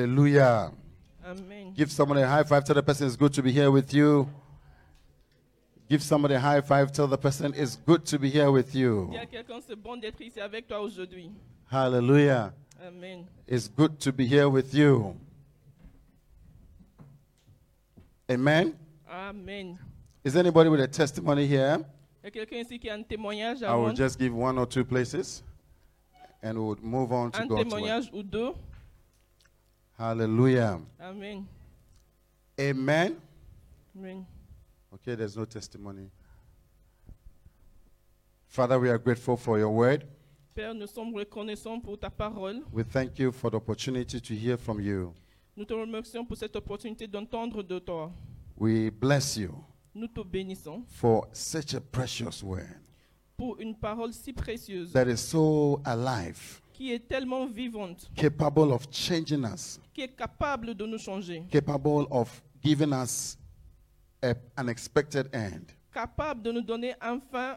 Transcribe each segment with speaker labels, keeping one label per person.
Speaker 1: Hallelujah.
Speaker 2: Amen.
Speaker 1: Give somebody a high five. Tell the person it's good to be here with you. Give somebody a high five. Tell the person it's good to be here with you.
Speaker 2: Dis à quelqu'un, c'est bon d'être ici avec toi aujourd'hui.
Speaker 1: Hallelujah.
Speaker 2: Amen.
Speaker 1: It's good to be here with you. Amen.
Speaker 2: Amen.
Speaker 1: Is there anybody with a testimony here?
Speaker 2: Il y a quelqu'un ici qui a un témoignage
Speaker 1: I
Speaker 2: avant,
Speaker 1: will just give one or two places and we'll move on to
Speaker 2: un
Speaker 1: God's word.
Speaker 2: témoignage ou deux.
Speaker 1: Hallelujah.
Speaker 2: Amen.
Speaker 1: Amen.
Speaker 2: Amen.
Speaker 1: Okay, there's no testimony. Father, we are grateful for your word.
Speaker 2: Père, nous sommes reconnaissants pour ta parole.
Speaker 1: We thank you for the opportunity to hear from you.
Speaker 2: Nous te remercions pour cette opportunité d'entendre de toi.
Speaker 1: We bless you
Speaker 2: Nous te bénissons
Speaker 1: for such a precious word
Speaker 2: pour une parole si précieuse
Speaker 1: that is so alive,
Speaker 2: qui est tellement vivante,
Speaker 1: capable of changing us,
Speaker 2: qui est capable de nous changer,
Speaker 1: capable of giving us a- an expected end.
Speaker 2: capable de nous donner enfin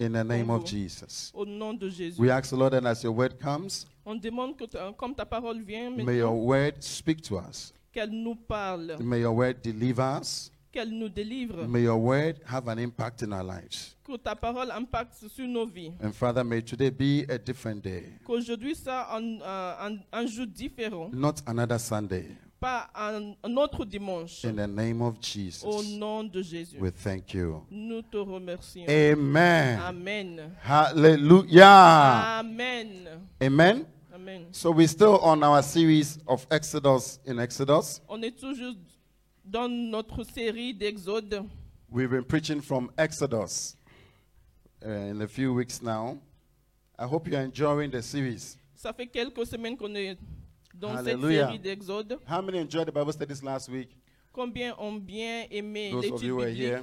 Speaker 1: In the name of
Speaker 2: Bonjour.
Speaker 1: Jesus.
Speaker 2: au nom de Jésus.
Speaker 1: We ask, Lord, that as your word comes,
Speaker 2: On demande que, ta- comme ta parole vient,
Speaker 1: may
Speaker 2: maintenant,
Speaker 1: your word speak to us.
Speaker 2: qu'elle nous parle,
Speaker 1: May your word deliver us.
Speaker 2: qu'elle nous délivre,
Speaker 1: May your word have an impact in our lives.
Speaker 2: que ta parole impacte sur nos vies.
Speaker 1: And Father, may today be a different day,
Speaker 2: Qu'aujourd'hui euh, soit un, un- un- un jour différent,
Speaker 1: not another Sunday.
Speaker 2: pas un, un autre dimanche.
Speaker 1: In the name of
Speaker 2: Au
Speaker 1: Jesus,
Speaker 2: nom de Jésus,
Speaker 1: we thank you.
Speaker 2: nous te remercions.
Speaker 1: Amen.
Speaker 2: Amen.
Speaker 1: Hallelujah.
Speaker 2: Amen.
Speaker 1: Amen.
Speaker 2: Amen.
Speaker 1: So we're still on our series of Exodus in Exodus.
Speaker 2: On est toujours dans notre série d'Exode.
Speaker 1: We've been preaching from Exodus uh, in a few weeks now. I hope you're enjoying the series.
Speaker 2: Ça fait quelques semaines qu'on est dans
Speaker 1: Alléluia.
Speaker 2: cette série d'Exode.
Speaker 1: How many enjoyed the Bible studies last week?
Speaker 2: Combien ont bien aimé
Speaker 1: Those of
Speaker 2: l'étude
Speaker 1: you who are
Speaker 2: biblique.
Speaker 1: here.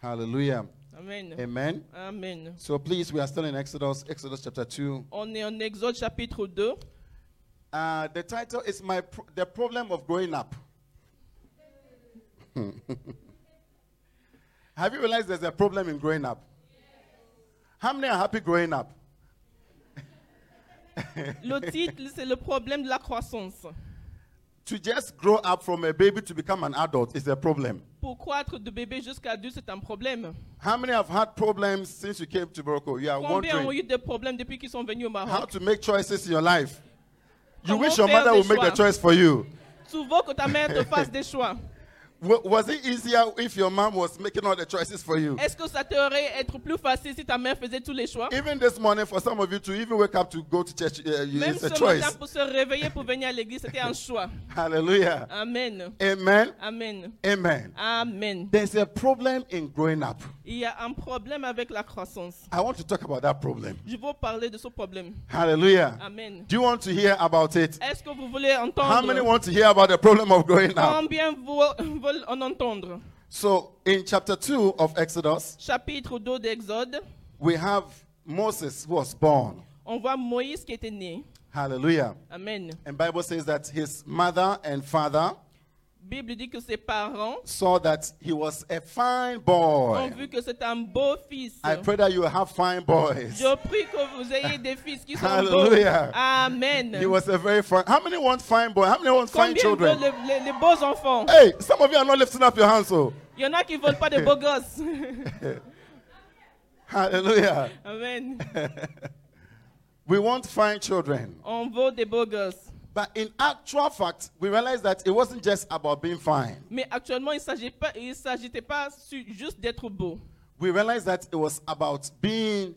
Speaker 1: Hallelujah.
Speaker 2: Amen.
Speaker 1: Amen.
Speaker 2: Amen.
Speaker 1: So please, we are still in Exodus, Exodus chapter 2.
Speaker 2: On est en Exode chapitre 2.
Speaker 1: Uh, the title is my Pro- the problem of growing up. Have you realized there's a problem in growing up? How many are happy growing up?
Speaker 2: Le titre, c'est le problème de la croissance.
Speaker 1: To just grow up from a baby to become an adult is a problem.
Speaker 2: Pour croître de bébé jusqu'à adulte, c'est un problème.
Speaker 1: How many have had problems since you came to Morocco? You are
Speaker 2: Combien ont
Speaker 1: wondering
Speaker 2: eu des problèmes depuis qu'ils sont venus au
Speaker 1: how
Speaker 2: Maroc
Speaker 1: to make choices in your life. You
Speaker 2: Comment
Speaker 1: wish your
Speaker 2: faire
Speaker 1: mother
Speaker 2: des
Speaker 1: would make the
Speaker 2: choix?
Speaker 1: choice for you.
Speaker 2: Souvent que ta mère te fasse des choix.
Speaker 1: Wa- was it easier if your mom was making all the choices for you?
Speaker 2: Est-ce que ça t'aurait être plus facile si ta mère faisait tous les choix
Speaker 1: Even this morning, for some of you to even wake up to go to church, uh, you-
Speaker 2: Même
Speaker 1: it's a
Speaker 2: ce
Speaker 1: choice.
Speaker 2: matin, pour se réveiller, pour venir à l'église, c'était un choix.
Speaker 1: Hallelujah.
Speaker 2: Amen.
Speaker 1: Amen.
Speaker 2: Amen.
Speaker 1: Amen.
Speaker 2: Amen.
Speaker 1: There's a problem in growing up.
Speaker 2: Il y a un problème avec la croissance.
Speaker 1: I want to talk about that problem.
Speaker 2: Je veux parler de ce problème.
Speaker 1: Hallelujah.
Speaker 2: Amen.
Speaker 1: Do you want to hear about it?
Speaker 2: Est-ce que vous voulez
Speaker 1: How many
Speaker 2: entendre
Speaker 1: want to hear about the problem of growing up?
Speaker 2: Combien vo- veulent en entendre
Speaker 1: So, in chapter 2 of Exodus,
Speaker 2: Chapitre 2 d'Exode,
Speaker 1: we have Moses who was born.
Speaker 2: on voit Moïse qui était né.
Speaker 1: Hallelujah.
Speaker 2: Amen.
Speaker 1: And Bible says that his mother and father
Speaker 2: Bible dit que ses parents
Speaker 1: saw that he was a fine
Speaker 2: ont
Speaker 1: boy.
Speaker 2: vu que c'est un beau fils.
Speaker 1: I pray that you will have fine boys.
Speaker 2: Je prie que vous ayez des fils qui sont
Speaker 1: Hallelujah.
Speaker 2: beaux. Amen.
Speaker 1: He was a very fine. How many want fine boy? How many want fine
Speaker 2: Combien veulent
Speaker 1: children?
Speaker 2: le- les, les beaux enfants
Speaker 1: Hey, some of you are not lifting up your hands, oh. so
Speaker 2: Il y en a qui ne veulent pas de beaux gosses.
Speaker 1: hallelujah.
Speaker 2: Amen.
Speaker 1: We want fine children.
Speaker 2: On veut des beaux gosses.
Speaker 1: But in actual fact, we realize that it wasn't just about being fine.
Speaker 2: Mais actuellement, il ne s'agit pas- il s'agitait pas su- juste d'être beau.
Speaker 1: We realized that it was about being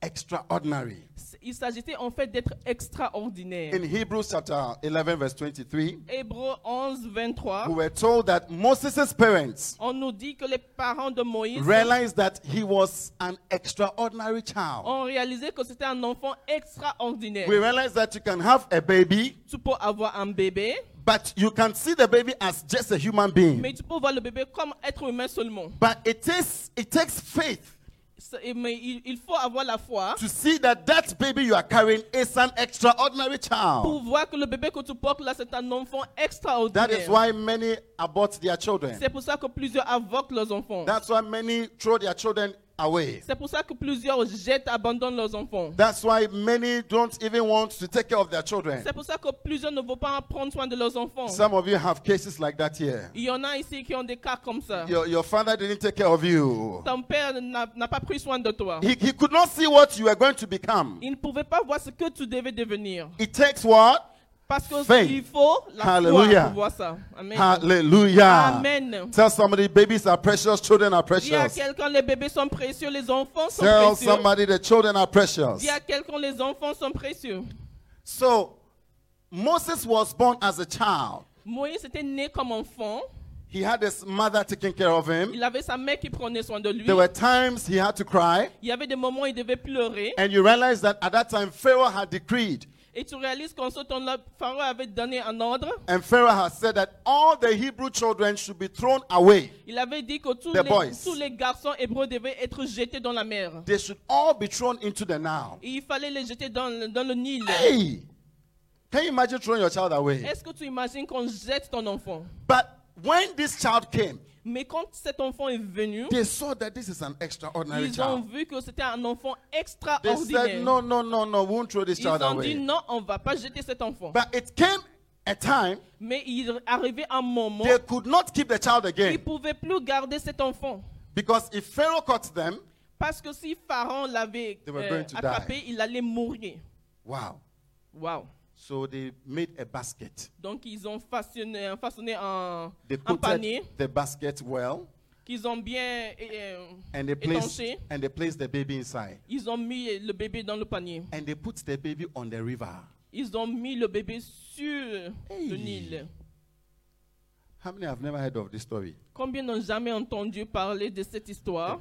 Speaker 1: extraordinary.
Speaker 2: Il s'agitait en fait d'être extraordinaire.
Speaker 1: In Hebrews chapter 11, verse 23,
Speaker 2: Hébreux 11,
Speaker 1: we
Speaker 2: 23,
Speaker 1: were told that Moses' parents
Speaker 2: on nous dit que les parents de Moïse
Speaker 1: realized that he was an extraordinary child.
Speaker 2: ont réalisé que c'était un enfant extraordinaire.
Speaker 1: We realized that you can have a baby
Speaker 2: Tu peux avoir un bébé,
Speaker 1: But you can see the baby as just a human being.
Speaker 2: mais tu peux voir le bébé comme être humain seulement.
Speaker 1: But it is it takes faith
Speaker 2: C'est- Mais il, il faut avoir la foi
Speaker 1: to see that that baby you are carrying is an extraordinary
Speaker 2: pour
Speaker 1: child.
Speaker 2: voir que le bébé que tu portes là, c'est un enfant
Speaker 1: That is
Speaker 2: extraordinaire.
Speaker 1: why many abort their children.
Speaker 2: C'est pour ça que plusieurs invoquent leurs enfants.
Speaker 1: That's why many throw their children away.
Speaker 2: C'est pour ça que plusieurs jettent, abandonnent leurs enfants.
Speaker 1: That's why many don't even want to take care of their children.
Speaker 2: C'est pour ça que plusieurs ne vont pas prendre soin de leurs enfants.
Speaker 1: Some of you have cases like that here.
Speaker 2: Il y en a ici qui ont des cas comme ça.
Speaker 1: Your, your father didn't take care of you.
Speaker 2: Ton père n'a n'a pas pris soin de toi.
Speaker 1: He, he could not see what you were going to become.
Speaker 2: Il ne pouvait pas voir ce que tu devais devenir.
Speaker 1: It takes what?
Speaker 2: Parce que
Speaker 1: Faith.
Speaker 2: il faut la foi
Speaker 1: Hallelujah. Ah.
Speaker 2: pour voir ça. Amen.
Speaker 1: Hallelujah.
Speaker 2: Amen.
Speaker 1: Tell somebody babies are precious, children are
Speaker 2: Dis à
Speaker 1: precious.
Speaker 2: quelqu'un les bébés sont précieux, les enfants sont
Speaker 1: Tell
Speaker 2: précieux.
Speaker 1: somebody the children are precious.
Speaker 2: Dis à quelqu'un les enfants sont précieux.
Speaker 1: So Moses was born as a child.
Speaker 2: Moïse était né comme enfant.
Speaker 1: He had his mother taking care of him.
Speaker 2: Il avait sa mère qui prenait soin de lui.
Speaker 1: There were times he had to cry.
Speaker 2: Il y avait des moments où il devait pleurer.
Speaker 1: And you realize that at that time, Pharaoh had decreed
Speaker 2: Et tu réalises qu'en ce temps-là, Pharaon avait donné un ordre.
Speaker 1: and Pharaoh had said that all the Hebrew children should be thrown away.
Speaker 2: Il avait dit que tous
Speaker 1: The boys.
Speaker 2: les, tous les garçons hébreux devaient être jetés dans la mer.
Speaker 1: They should all be thrown into the Nile.
Speaker 2: Et il fallait les jeter dans, le- dans le Nil.
Speaker 1: Hey! Can you imagine throwing your child away?
Speaker 2: Est-ce que tu imagines qu'on jette ton enfant
Speaker 1: But when this child came,
Speaker 2: Mais quand cet enfant est venu,
Speaker 1: they saw that this is an extraordinary
Speaker 2: ils ont
Speaker 1: child.
Speaker 2: vu que c'était un enfant
Speaker 1: They
Speaker 2: extraordinaire.
Speaker 1: said, no, no, no, no, we won't throw this
Speaker 2: Ils
Speaker 1: child
Speaker 2: ont dit
Speaker 1: away.
Speaker 2: non, on va pas jeter cet enfant.
Speaker 1: But it came a time
Speaker 2: Mais il arrivait un moment,
Speaker 1: they could not keep the child
Speaker 2: ils
Speaker 1: again
Speaker 2: pouvaient plus garder cet enfant.
Speaker 1: because if Pharaoh caught them,
Speaker 2: Parce que si Pharaon l'avait
Speaker 1: They were
Speaker 2: euh,
Speaker 1: going to
Speaker 2: attrapé, il allait mourir.
Speaker 1: wow.
Speaker 2: Wow.
Speaker 1: So they made a basket.
Speaker 2: Donc ils ont façonné, hein, façonné un,
Speaker 1: They
Speaker 2: un
Speaker 1: put
Speaker 2: panier
Speaker 1: the basket well
Speaker 2: qu'ils ont bien euh,
Speaker 1: and they placed
Speaker 2: étanché.
Speaker 1: and they placed the baby inside.
Speaker 2: Ils ont mis le bébé dans le panier.
Speaker 1: And they put the baby on the river.
Speaker 2: Ils ont mis le bébé sur le
Speaker 1: Hey.
Speaker 2: Nil.
Speaker 1: How many have never heard of this story?
Speaker 2: Combien n'ont jamais entendu parler de cette histoire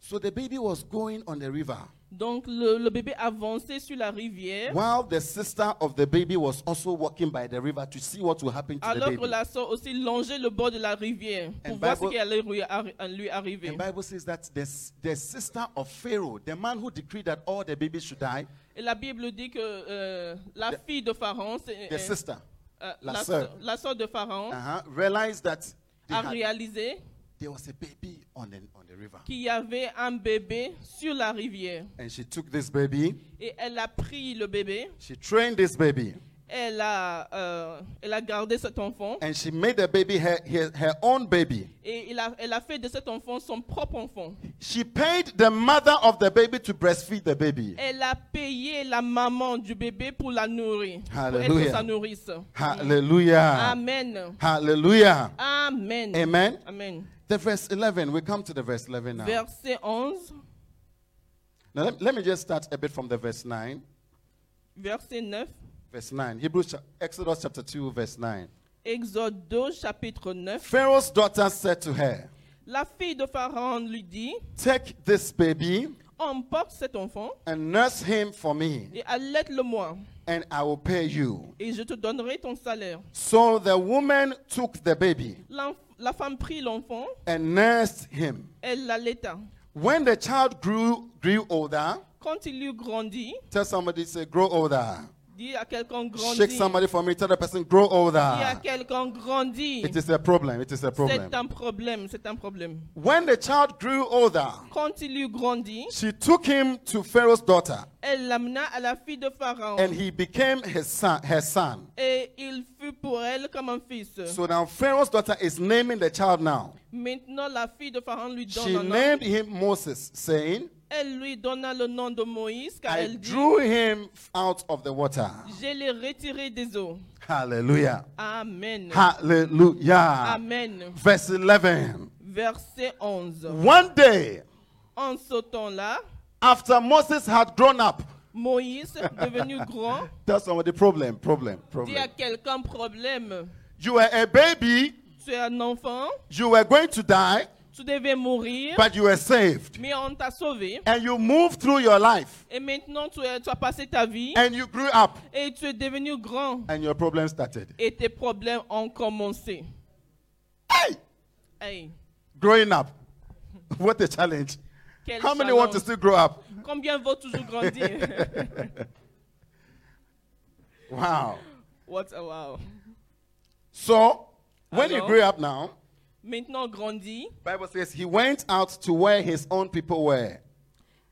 Speaker 1: So the baby was going on the river
Speaker 2: Donc le, le bébé avançait sur la rivière
Speaker 1: while the sister of the baby was also walking by the river to see what will happen to
Speaker 2: alors
Speaker 1: the
Speaker 2: que
Speaker 1: baby.
Speaker 2: la sœur aussi longeait le bord de la rivière pour
Speaker 1: And
Speaker 2: voir ce
Speaker 1: Bible-
Speaker 2: qui allait lui, arri- à lui arriver.
Speaker 1: The Bible says that the, s- the sister of Pharaoh, the man who decreed that all the babies should die,
Speaker 2: Et la Bible dit que euh, la fille de Pharaon, c'est-
Speaker 1: the
Speaker 2: euh,
Speaker 1: sister
Speaker 2: euh,
Speaker 1: la
Speaker 2: la
Speaker 1: sœur.
Speaker 2: sœur la sœur de Pharaon,
Speaker 1: uh-huh, realized that they
Speaker 2: a
Speaker 1: had-
Speaker 2: réalisé
Speaker 1: there was a baby on the, on the river.
Speaker 2: qu'il y avait un bébé sur la rivière.
Speaker 1: And she took this baby,
Speaker 2: Et elle a pris le bébé,
Speaker 1: she trained this baby,
Speaker 2: elle a, euh, elle a gardé cet enfant
Speaker 1: and she made the baby her, her, her own baby.
Speaker 2: et il a- elle a fait de cet enfant son propre enfant.
Speaker 1: She paid the mother of the baby to breastfeed the baby.
Speaker 2: Elle a payé la maman du bébé pour la nourrir, pour être
Speaker 1: Hallelujah.
Speaker 2: sa nourrice.
Speaker 1: Hallelujah.
Speaker 2: Amen.
Speaker 1: Hallelujah.
Speaker 2: Amen.
Speaker 1: Amen.
Speaker 2: Amen.
Speaker 1: The verse 11, we come to the verse 11 now.
Speaker 2: Verset 11,
Speaker 1: Now, let, let me just start a bit from the verse 9.
Speaker 2: verset 9,
Speaker 1: Verse 9. Hebrews, chap- Exodus chapter 2, verse 9.
Speaker 2: Exode 2, chapitre 9.
Speaker 1: Pharaoh's daughter said to her,
Speaker 2: La fille de Pharaon lui dit,
Speaker 1: Take this baby
Speaker 2: emporte cet enfant
Speaker 1: and nurse him for me,
Speaker 2: et allaite-le-moi,
Speaker 1: and I will pay you.
Speaker 2: et je te donnerai ton salaire.
Speaker 1: So the woman took the baby
Speaker 2: L'enf- La femme prit l'enfant,
Speaker 1: and nursed him.
Speaker 2: elle l'allaita.
Speaker 1: When the child grew, grew older,
Speaker 2: Quand il eut grandi,
Speaker 1: tell somebody, say, grow older.
Speaker 2: dit à quelqu'un
Speaker 1: Shake
Speaker 2: grandi, dit
Speaker 1: somebody for me, tell the person, grow
Speaker 2: à
Speaker 1: older.
Speaker 2: quelqu'un grandi,
Speaker 1: It is a problem. It is a problem.
Speaker 2: c'est un problème, c'est un problème.
Speaker 1: When the child grew older,
Speaker 2: Quand il eut grandi,
Speaker 1: she took him to Pharaoh's daughter,
Speaker 2: elle l'amena à la fille de Pharaon.
Speaker 1: and he became his son, her son.
Speaker 2: Et il fut pour elle comme un fils.
Speaker 1: So now Pharaoh's daughter is naming the child now.
Speaker 2: Maintenant, la fille de Pharaon lui donne
Speaker 1: She
Speaker 2: un nom.
Speaker 1: named him Moses, saying,
Speaker 2: Elle lui donna le nom de Moïse, car
Speaker 1: I
Speaker 2: elle dit
Speaker 1: drew him out of the water.
Speaker 2: Je l'ai retiré des eaux.
Speaker 1: Hallelujah.
Speaker 2: Amen.
Speaker 1: Hallelujah.
Speaker 2: Amen.
Speaker 1: Verse 11.
Speaker 2: Verset 11.
Speaker 1: One day,
Speaker 2: En ce temps-là,
Speaker 1: after Moses had grown up,
Speaker 2: Moïse, devenu grand,
Speaker 1: that's somebody problem, problem,
Speaker 2: dit
Speaker 1: problem.
Speaker 2: à quelqu'un problème.
Speaker 1: You were a baby,
Speaker 2: Tu es un enfant,
Speaker 1: you were going to die,
Speaker 2: tu devais mourir,
Speaker 1: but you were saved.
Speaker 2: mais on t'a sauvé.
Speaker 1: And you moved through your life,
Speaker 2: Et maintenant, tu, es- tu as passé ta vie
Speaker 1: and you grew up,
Speaker 2: et tu es devenu grand.
Speaker 1: and your problem started.
Speaker 2: Et tes problèmes ont commencé.
Speaker 1: Hey!
Speaker 2: Hey,
Speaker 1: Growing up. What a challenge.
Speaker 2: quel
Speaker 1: How many want to
Speaker 2: challenge.
Speaker 1: still grow up?
Speaker 2: Combien vaut toujours grandir?
Speaker 1: Wow.
Speaker 2: What a wow.
Speaker 1: So, when you
Speaker 2: Hello?
Speaker 1: grew up now,
Speaker 2: maintenant grandi,
Speaker 1: Bible says he went out to where his own people were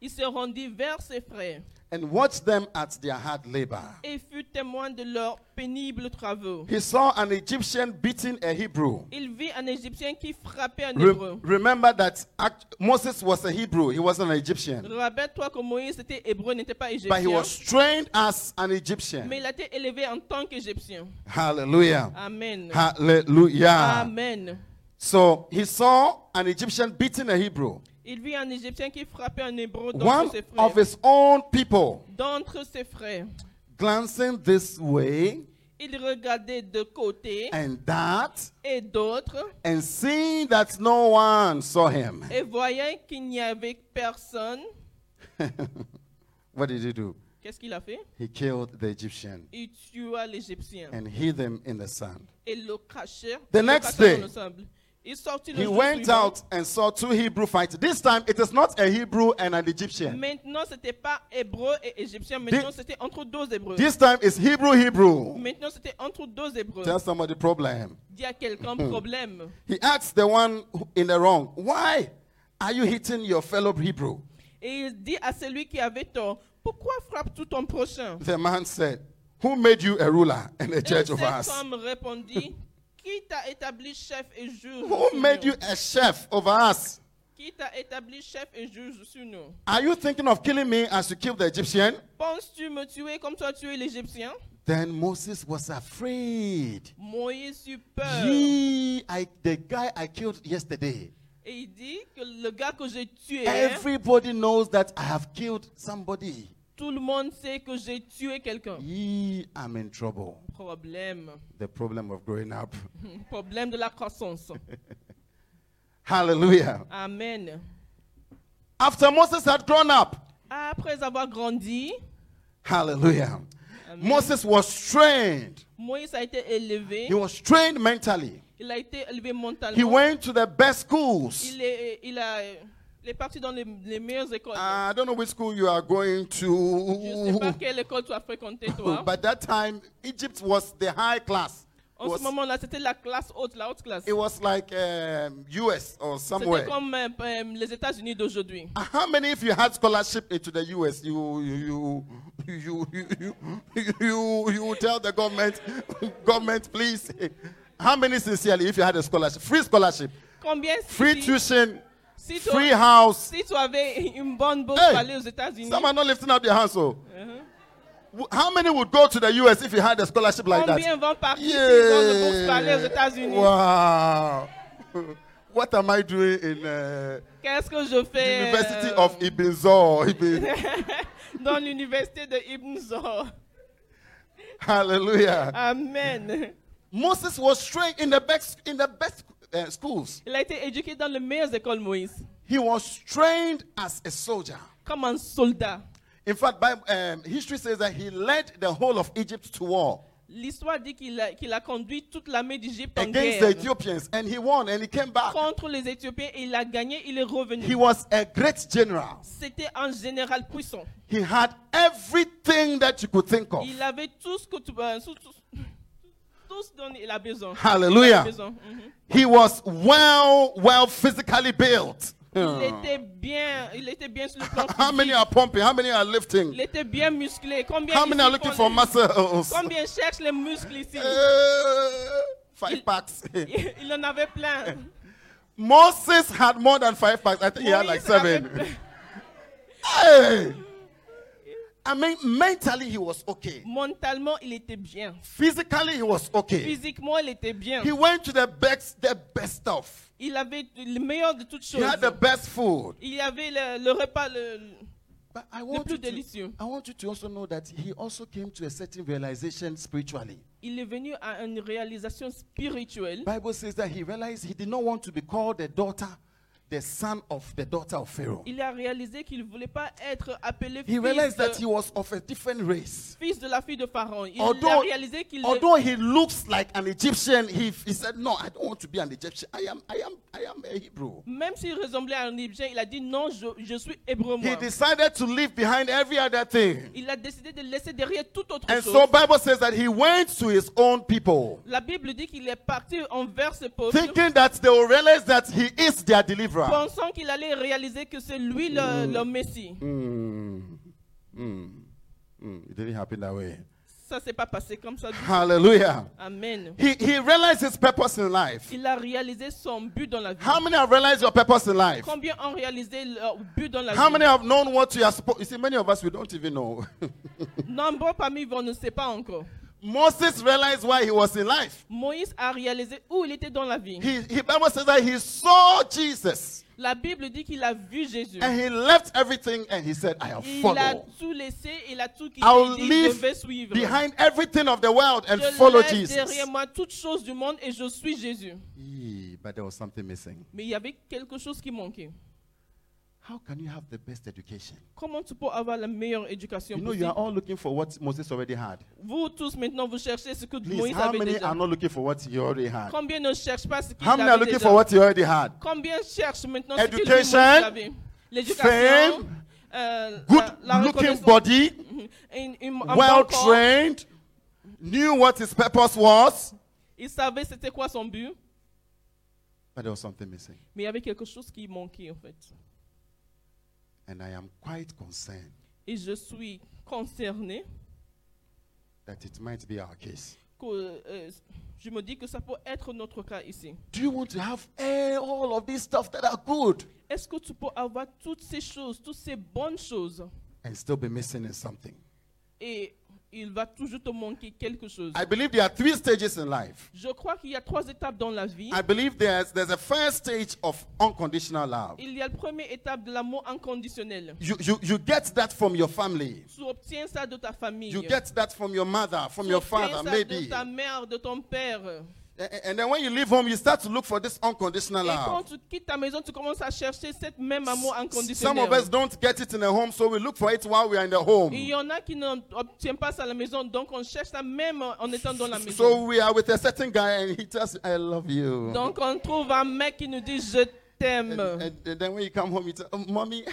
Speaker 2: il se rendit vers ses frères
Speaker 1: and watched them at their hard labor.
Speaker 2: et fut témoin de leurs pénibles travaux.
Speaker 1: He saw an Egyptian beating a Hebrew.
Speaker 2: Il vit un Égyptien qui frappait un
Speaker 1: Re-
Speaker 2: Hébreu.
Speaker 1: remember that act- Moses was a Hebrew, he was an Egyptian.
Speaker 2: Rappelle-toi que Moïse était hébreu, n'était pas
Speaker 1: But he
Speaker 2: égyptien,
Speaker 1: was trained as an
Speaker 2: mais
Speaker 1: Egyptian.
Speaker 2: il a été élevé en tant qu'égyptien.
Speaker 1: Hallelujah.
Speaker 2: Amen.
Speaker 1: Hallelujah.
Speaker 2: Amen.
Speaker 1: So he saw an Egyptian beating a Hebrew,
Speaker 2: Il vit un Égyptien qui frappait un Hébreu
Speaker 1: one
Speaker 2: d'entre ses
Speaker 1: of
Speaker 2: frères.
Speaker 1: his own people.
Speaker 2: D'entre ses frères.
Speaker 1: glancing this way
Speaker 2: Il regardait de côté
Speaker 1: and that
Speaker 2: et d'autre
Speaker 1: and seeing that no one saw him.
Speaker 2: et voyait qu'il n'y avait personne.
Speaker 1: What did he do?
Speaker 2: Qu'est-ce qu'il a fait
Speaker 1: He killed the Egyptian
Speaker 2: Il tua l'Égyptien
Speaker 1: and hid him in the sand.
Speaker 2: et le cachait
Speaker 1: Mm. The
Speaker 2: le
Speaker 1: next
Speaker 2: cacha
Speaker 1: day,
Speaker 2: dans le sable. Il sortit le
Speaker 1: He
Speaker 2: jour
Speaker 1: went
Speaker 2: suivant.
Speaker 1: out and saw two Hebrew fights. This time it is not a Hebrew and an Egyptian.
Speaker 2: Maintenant, c'était pas hébreu et égyptien. Maintenant, c'était entre deux hébreux.
Speaker 1: This time it's Hebrew Hebrew.
Speaker 2: Maintenant, c'était entre deux hébreux.
Speaker 1: Tell somebody problem.
Speaker 2: Dis à quelqu'un
Speaker 1: Mm.
Speaker 2: problème.
Speaker 1: He asked the one who- in the wrong, "Why are you hitting your fellow Hebrew?"
Speaker 2: Et il dit à celui qui avait tort, pourquoi frappes-tu ton prochain
Speaker 1: The man said, "Who made you a ruler and a
Speaker 2: Et
Speaker 1: judge
Speaker 2: cet
Speaker 1: of us?
Speaker 2: homme répondit, qui t'a établi chef et juge
Speaker 1: Who
Speaker 2: sur
Speaker 1: made
Speaker 2: nous?
Speaker 1: you a chef over us?"
Speaker 2: Qui t'a établi chef et juge sur nous
Speaker 1: Are you thinking of killing me as you killed the Egyptian?
Speaker 2: Penses-tu me tuer comme toi tu es l'Égyptien
Speaker 1: Then Moses was afraid.
Speaker 2: Moïse eut peur.
Speaker 1: He, I, the guy I killed yesterday.
Speaker 2: Et il dit que le gars que j'ai tué,
Speaker 1: Everybody knows that I have killed somebody.
Speaker 2: tout le monde sait que j'ai tué quelqu'un.
Speaker 1: He, I'm in trouble.
Speaker 2: Problème.
Speaker 1: The problem of growing up.
Speaker 2: Problème de la croissance.
Speaker 1: Hallelujah.
Speaker 2: Amen.
Speaker 1: After Moses had grown up,
Speaker 2: Après avoir grandi,
Speaker 1: hallelujah.
Speaker 2: Amen.
Speaker 1: Moses was trained.
Speaker 2: Moïse a été élevé.
Speaker 1: He was trained mentally.
Speaker 2: Il a été élevé
Speaker 1: He
Speaker 2: mentalement.
Speaker 1: went to the best schools.
Speaker 2: Il est, il a, il est parti dans les, les meilleures écoles.
Speaker 1: Uh, I don't know which school you are going
Speaker 2: Je ne sais pas
Speaker 1: to.
Speaker 2: quelle école tu as fréquenté, toi.
Speaker 1: By that time, Egypt was the high class.
Speaker 2: En
Speaker 1: Was-
Speaker 2: ce moment-là, c'était la classe haute, la haute classe.
Speaker 1: it was like um, US or
Speaker 2: C'était
Speaker 1: somewhere.
Speaker 2: comme euh, euh, les États-Unis d'aujourd'hui.
Speaker 1: Uh, How many of you had scholarship into the US? You you you you you you, you, you tell the government, government, please. How many sincerely, if you had a scholarship, free scholarship,
Speaker 2: Combien
Speaker 1: free
Speaker 2: si,
Speaker 1: tuition,
Speaker 2: si tu,
Speaker 1: free house?
Speaker 2: si tu avais une bonne bourse
Speaker 1: Hey!
Speaker 2: pour aller aux États-Unis,
Speaker 1: Some are not lifting up their hands. So,
Speaker 2: Uh-huh.
Speaker 1: W- how many would go to the US if you had a scholarship like that?
Speaker 2: combien vont partir s'ils ont une bourse pour aller aux
Speaker 1: Yeah.
Speaker 2: États-Unis
Speaker 1: Wow. What am I doing in uh,
Speaker 2: Qu'est-ce que je fais euh,
Speaker 1: University of Ibn Zor? Ibn-
Speaker 2: dans l'université de Ibn Zor
Speaker 1: Hallelujah.
Speaker 2: Amen.
Speaker 1: Moses was trained in the best in the best uh, schools.
Speaker 2: Il a été éduqué dans les meilleures écoles, Moïse,
Speaker 1: He was trained as a soldier.
Speaker 2: comme un soldat.
Speaker 1: In fact, Bible, um, history says that he led the whole of Egypt to war
Speaker 2: L'histoire dit qu'il a, qu'il a conduit toute l'armée d'Égypte en
Speaker 1: against the
Speaker 2: guerre
Speaker 1: Ethiopians, and he won, and he came back.
Speaker 2: contre les Éthiopiens et il a gagné, il est
Speaker 1: He
Speaker 2: revenu.
Speaker 1: was a great general.
Speaker 2: C'était un général puissant.
Speaker 1: He had everything that you could think of.
Speaker 2: Il avait tout ce que tu euh, tout, tout- tout ce dont il a besoin. Il, a
Speaker 1: Hallelujah.
Speaker 2: besoin, mhm.
Speaker 1: He was well, well physically built.
Speaker 2: Il était bien, il était bien sur le plan
Speaker 1: How many
Speaker 2: physique.
Speaker 1: are pumping? How many are lifting?
Speaker 2: Il était bien musclé. Combien
Speaker 1: How
Speaker 2: ici
Speaker 1: many are looking for
Speaker 2: font-
Speaker 1: muscles? Euh.
Speaker 2: Combien cherchent les muscles ici
Speaker 1: Uh, five packs.
Speaker 2: il, il en avait plein.
Speaker 1: Moses had more than five packs. I think he had like
Speaker 2: Moïse avait
Speaker 1: seven.
Speaker 2: plein.
Speaker 1: Hey! I mean, mentally he was okay.
Speaker 2: Mentalement, il était bien.
Speaker 1: Physically he was okay.
Speaker 2: Physiquement, il était bien.
Speaker 1: He went to the best, the best stuff.
Speaker 2: Il avait le meilleur de toutes
Speaker 1: He
Speaker 2: choses.
Speaker 1: had the best food.
Speaker 2: Il y avait le, le repas, le- le-
Speaker 1: But I want,
Speaker 2: plus
Speaker 1: you to,
Speaker 2: délicieux.
Speaker 1: I want you to also know that he also came to a certain realization spiritually.
Speaker 2: il est venu à une réalisation spirituelle.
Speaker 1: Bible says that he realized he did not want to be called a daughter. the son of the daughter of Pharaoh.
Speaker 2: Il a réalisé qu'il ne voulait pas être appelé
Speaker 1: He
Speaker 2: fils
Speaker 1: realized that he
Speaker 2: de,
Speaker 1: was of a different race.
Speaker 2: fils de la fille de Pharaon. Il a
Speaker 1: Although,
Speaker 2: réalisé qu'il
Speaker 1: although he looks like an Egyptian, he, he said, No, I don't want to be an Egyptian. I am, I am, I am a Hebrew.
Speaker 2: Même s'il ressemblait à un Égyptien, il a dit non, je, je suis hébreu
Speaker 1: He
Speaker 2: moi.
Speaker 1: decided to leave behind every other thing.
Speaker 2: Il a décidé de laisser derrière toute autre
Speaker 1: And
Speaker 2: chose.
Speaker 1: so Bible says that he went to his own people,
Speaker 2: La Bible dit qu'il est parti envers ses peuples,
Speaker 1: thinking that they will realize that he is their deliverer.
Speaker 2: pensant qu'il allait réaliser que c'est lui le, le Messie.
Speaker 1: Mm, mm, mm. It didn't happen that way.
Speaker 2: Ça s'est pas passé comme ça. du-
Speaker 1: Hallelujah.
Speaker 2: Amen.
Speaker 1: He, he realized his purpose in life.
Speaker 2: Il a réalisé son but dans la vie.
Speaker 1: How many have realized your purpose in life?
Speaker 2: Combien ont réalisé leur but dans la
Speaker 1: How
Speaker 2: vie
Speaker 1: many have known what you are supposed? You see, many of us we don't even know.
Speaker 2: Nombreux parmi vous on ne sait pas encore.
Speaker 1: Moses realized why he was in life.
Speaker 2: Moïse a réalisé où il était dans la vie.
Speaker 1: He, he Bible says that he saw Jesus
Speaker 2: La Bible dit qu'il a vu Jésus.
Speaker 1: and he left everything and he said, "I have
Speaker 2: Il a
Speaker 1: followed.
Speaker 2: tout laissé, il a tout quitté.
Speaker 1: I'll
Speaker 2: Il dit, je vais
Speaker 1: leave
Speaker 2: suivre.
Speaker 1: behind everything of the world and follow
Speaker 2: je laisse
Speaker 1: Jesus."
Speaker 2: derrière moi toutes choses du monde et je suis Jésus.
Speaker 1: Yee, But there was something missing.
Speaker 2: Mais il y avait quelque chose qui manquait.
Speaker 1: How can you have the best education?
Speaker 2: Comment tu peux avoir la meilleure éducation
Speaker 1: You know,
Speaker 2: possible
Speaker 1: you are all looking for what Moses already had.
Speaker 2: Vous tous maintenant, vous cherchez ce que
Speaker 1: Please,
Speaker 2: Moïse
Speaker 1: how
Speaker 2: avait
Speaker 1: many
Speaker 2: déjà.
Speaker 1: are not looking for what he already had?
Speaker 2: Combien ne cherchent pas ce qu'il
Speaker 1: How many are
Speaker 2: avait
Speaker 1: looking
Speaker 2: déjà
Speaker 1: for what he already had?
Speaker 2: Combien cherchent maintenant ce que lui, Moïse
Speaker 1: Education,
Speaker 2: avait L'éducation,
Speaker 1: fame,
Speaker 2: euh,
Speaker 1: Good
Speaker 2: la, la
Speaker 1: looking
Speaker 2: reconnaissance,
Speaker 1: body,
Speaker 2: une- une- un bon
Speaker 1: well
Speaker 2: corps.
Speaker 1: trained, knew what his purpose was,
Speaker 2: Il savait c'était quoi son but,
Speaker 1: but there was something missing.
Speaker 2: mais il y avait quelque chose qui manquait en fait.
Speaker 1: And I am quite concerned
Speaker 2: Et je suis concernée
Speaker 1: that it might be our case.
Speaker 2: que euh, je me dis que ça peut être notre cas ici.
Speaker 1: Do you want to have eh, all of these stuff that are good
Speaker 2: Est-ce que tu peux avoir toutes ces choses, toutes ces bonnes choses,
Speaker 1: and still be missing in something?
Speaker 2: et il va toujours te manquer quelque chose
Speaker 1: I believe there are three stages in life.
Speaker 2: Je crois qu'il y a trois étapes dans la vie.
Speaker 1: I believe there's there's a first stage of unconditional love.
Speaker 2: Il y a la première étape de l'amour inconditionnel.
Speaker 1: You, you, you get that from your family.
Speaker 2: Tu obtiens ça de ta famille.
Speaker 1: You get that from your mother, from
Speaker 2: Tu
Speaker 1: your
Speaker 2: obtiens
Speaker 1: father,
Speaker 2: ça de
Speaker 1: maybe.
Speaker 2: ta mère, de ton père.
Speaker 1: A- And then when you leave home, you start to look for this unconditional
Speaker 2: Et quand
Speaker 1: love.
Speaker 2: tu quittes ta maison, tu commences à chercher cet même amour
Speaker 1: Some of
Speaker 2: inconditionnel.
Speaker 1: us don't get it in a home, so we look for it while we are in the home.
Speaker 2: Il y en a qui n'obtiennent pas ça à la maison, donc on cherche ça même en étant dans la maison.
Speaker 1: So we are with a certain guy, and he tells you, "I love you."
Speaker 2: Donc on trouve un mec qui nous dit je
Speaker 1: and,
Speaker 2: t'aime.
Speaker 1: and- and then when you come home, you tell, "Oh, "Mommy,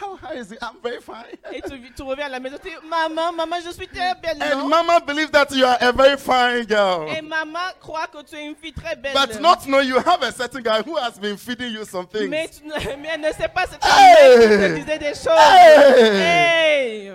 Speaker 1: how, how is it? I'm very fine."
Speaker 2: Et tu, tu reviens à la maison, tu dis maman, maman, je suis très belle.
Speaker 1: And
Speaker 2: non?
Speaker 1: Mama believes that you are a very fine girl,
Speaker 2: Et maman croit que tu es une fille très belle.
Speaker 1: but not know you have a certain guy who has been feeding you some things.
Speaker 2: mais, tu ne- mais elle ne sait pas c'est ta
Speaker 1: Hey!
Speaker 2: mère qui te disait des choses.
Speaker 1: Hey!
Speaker 2: Hey!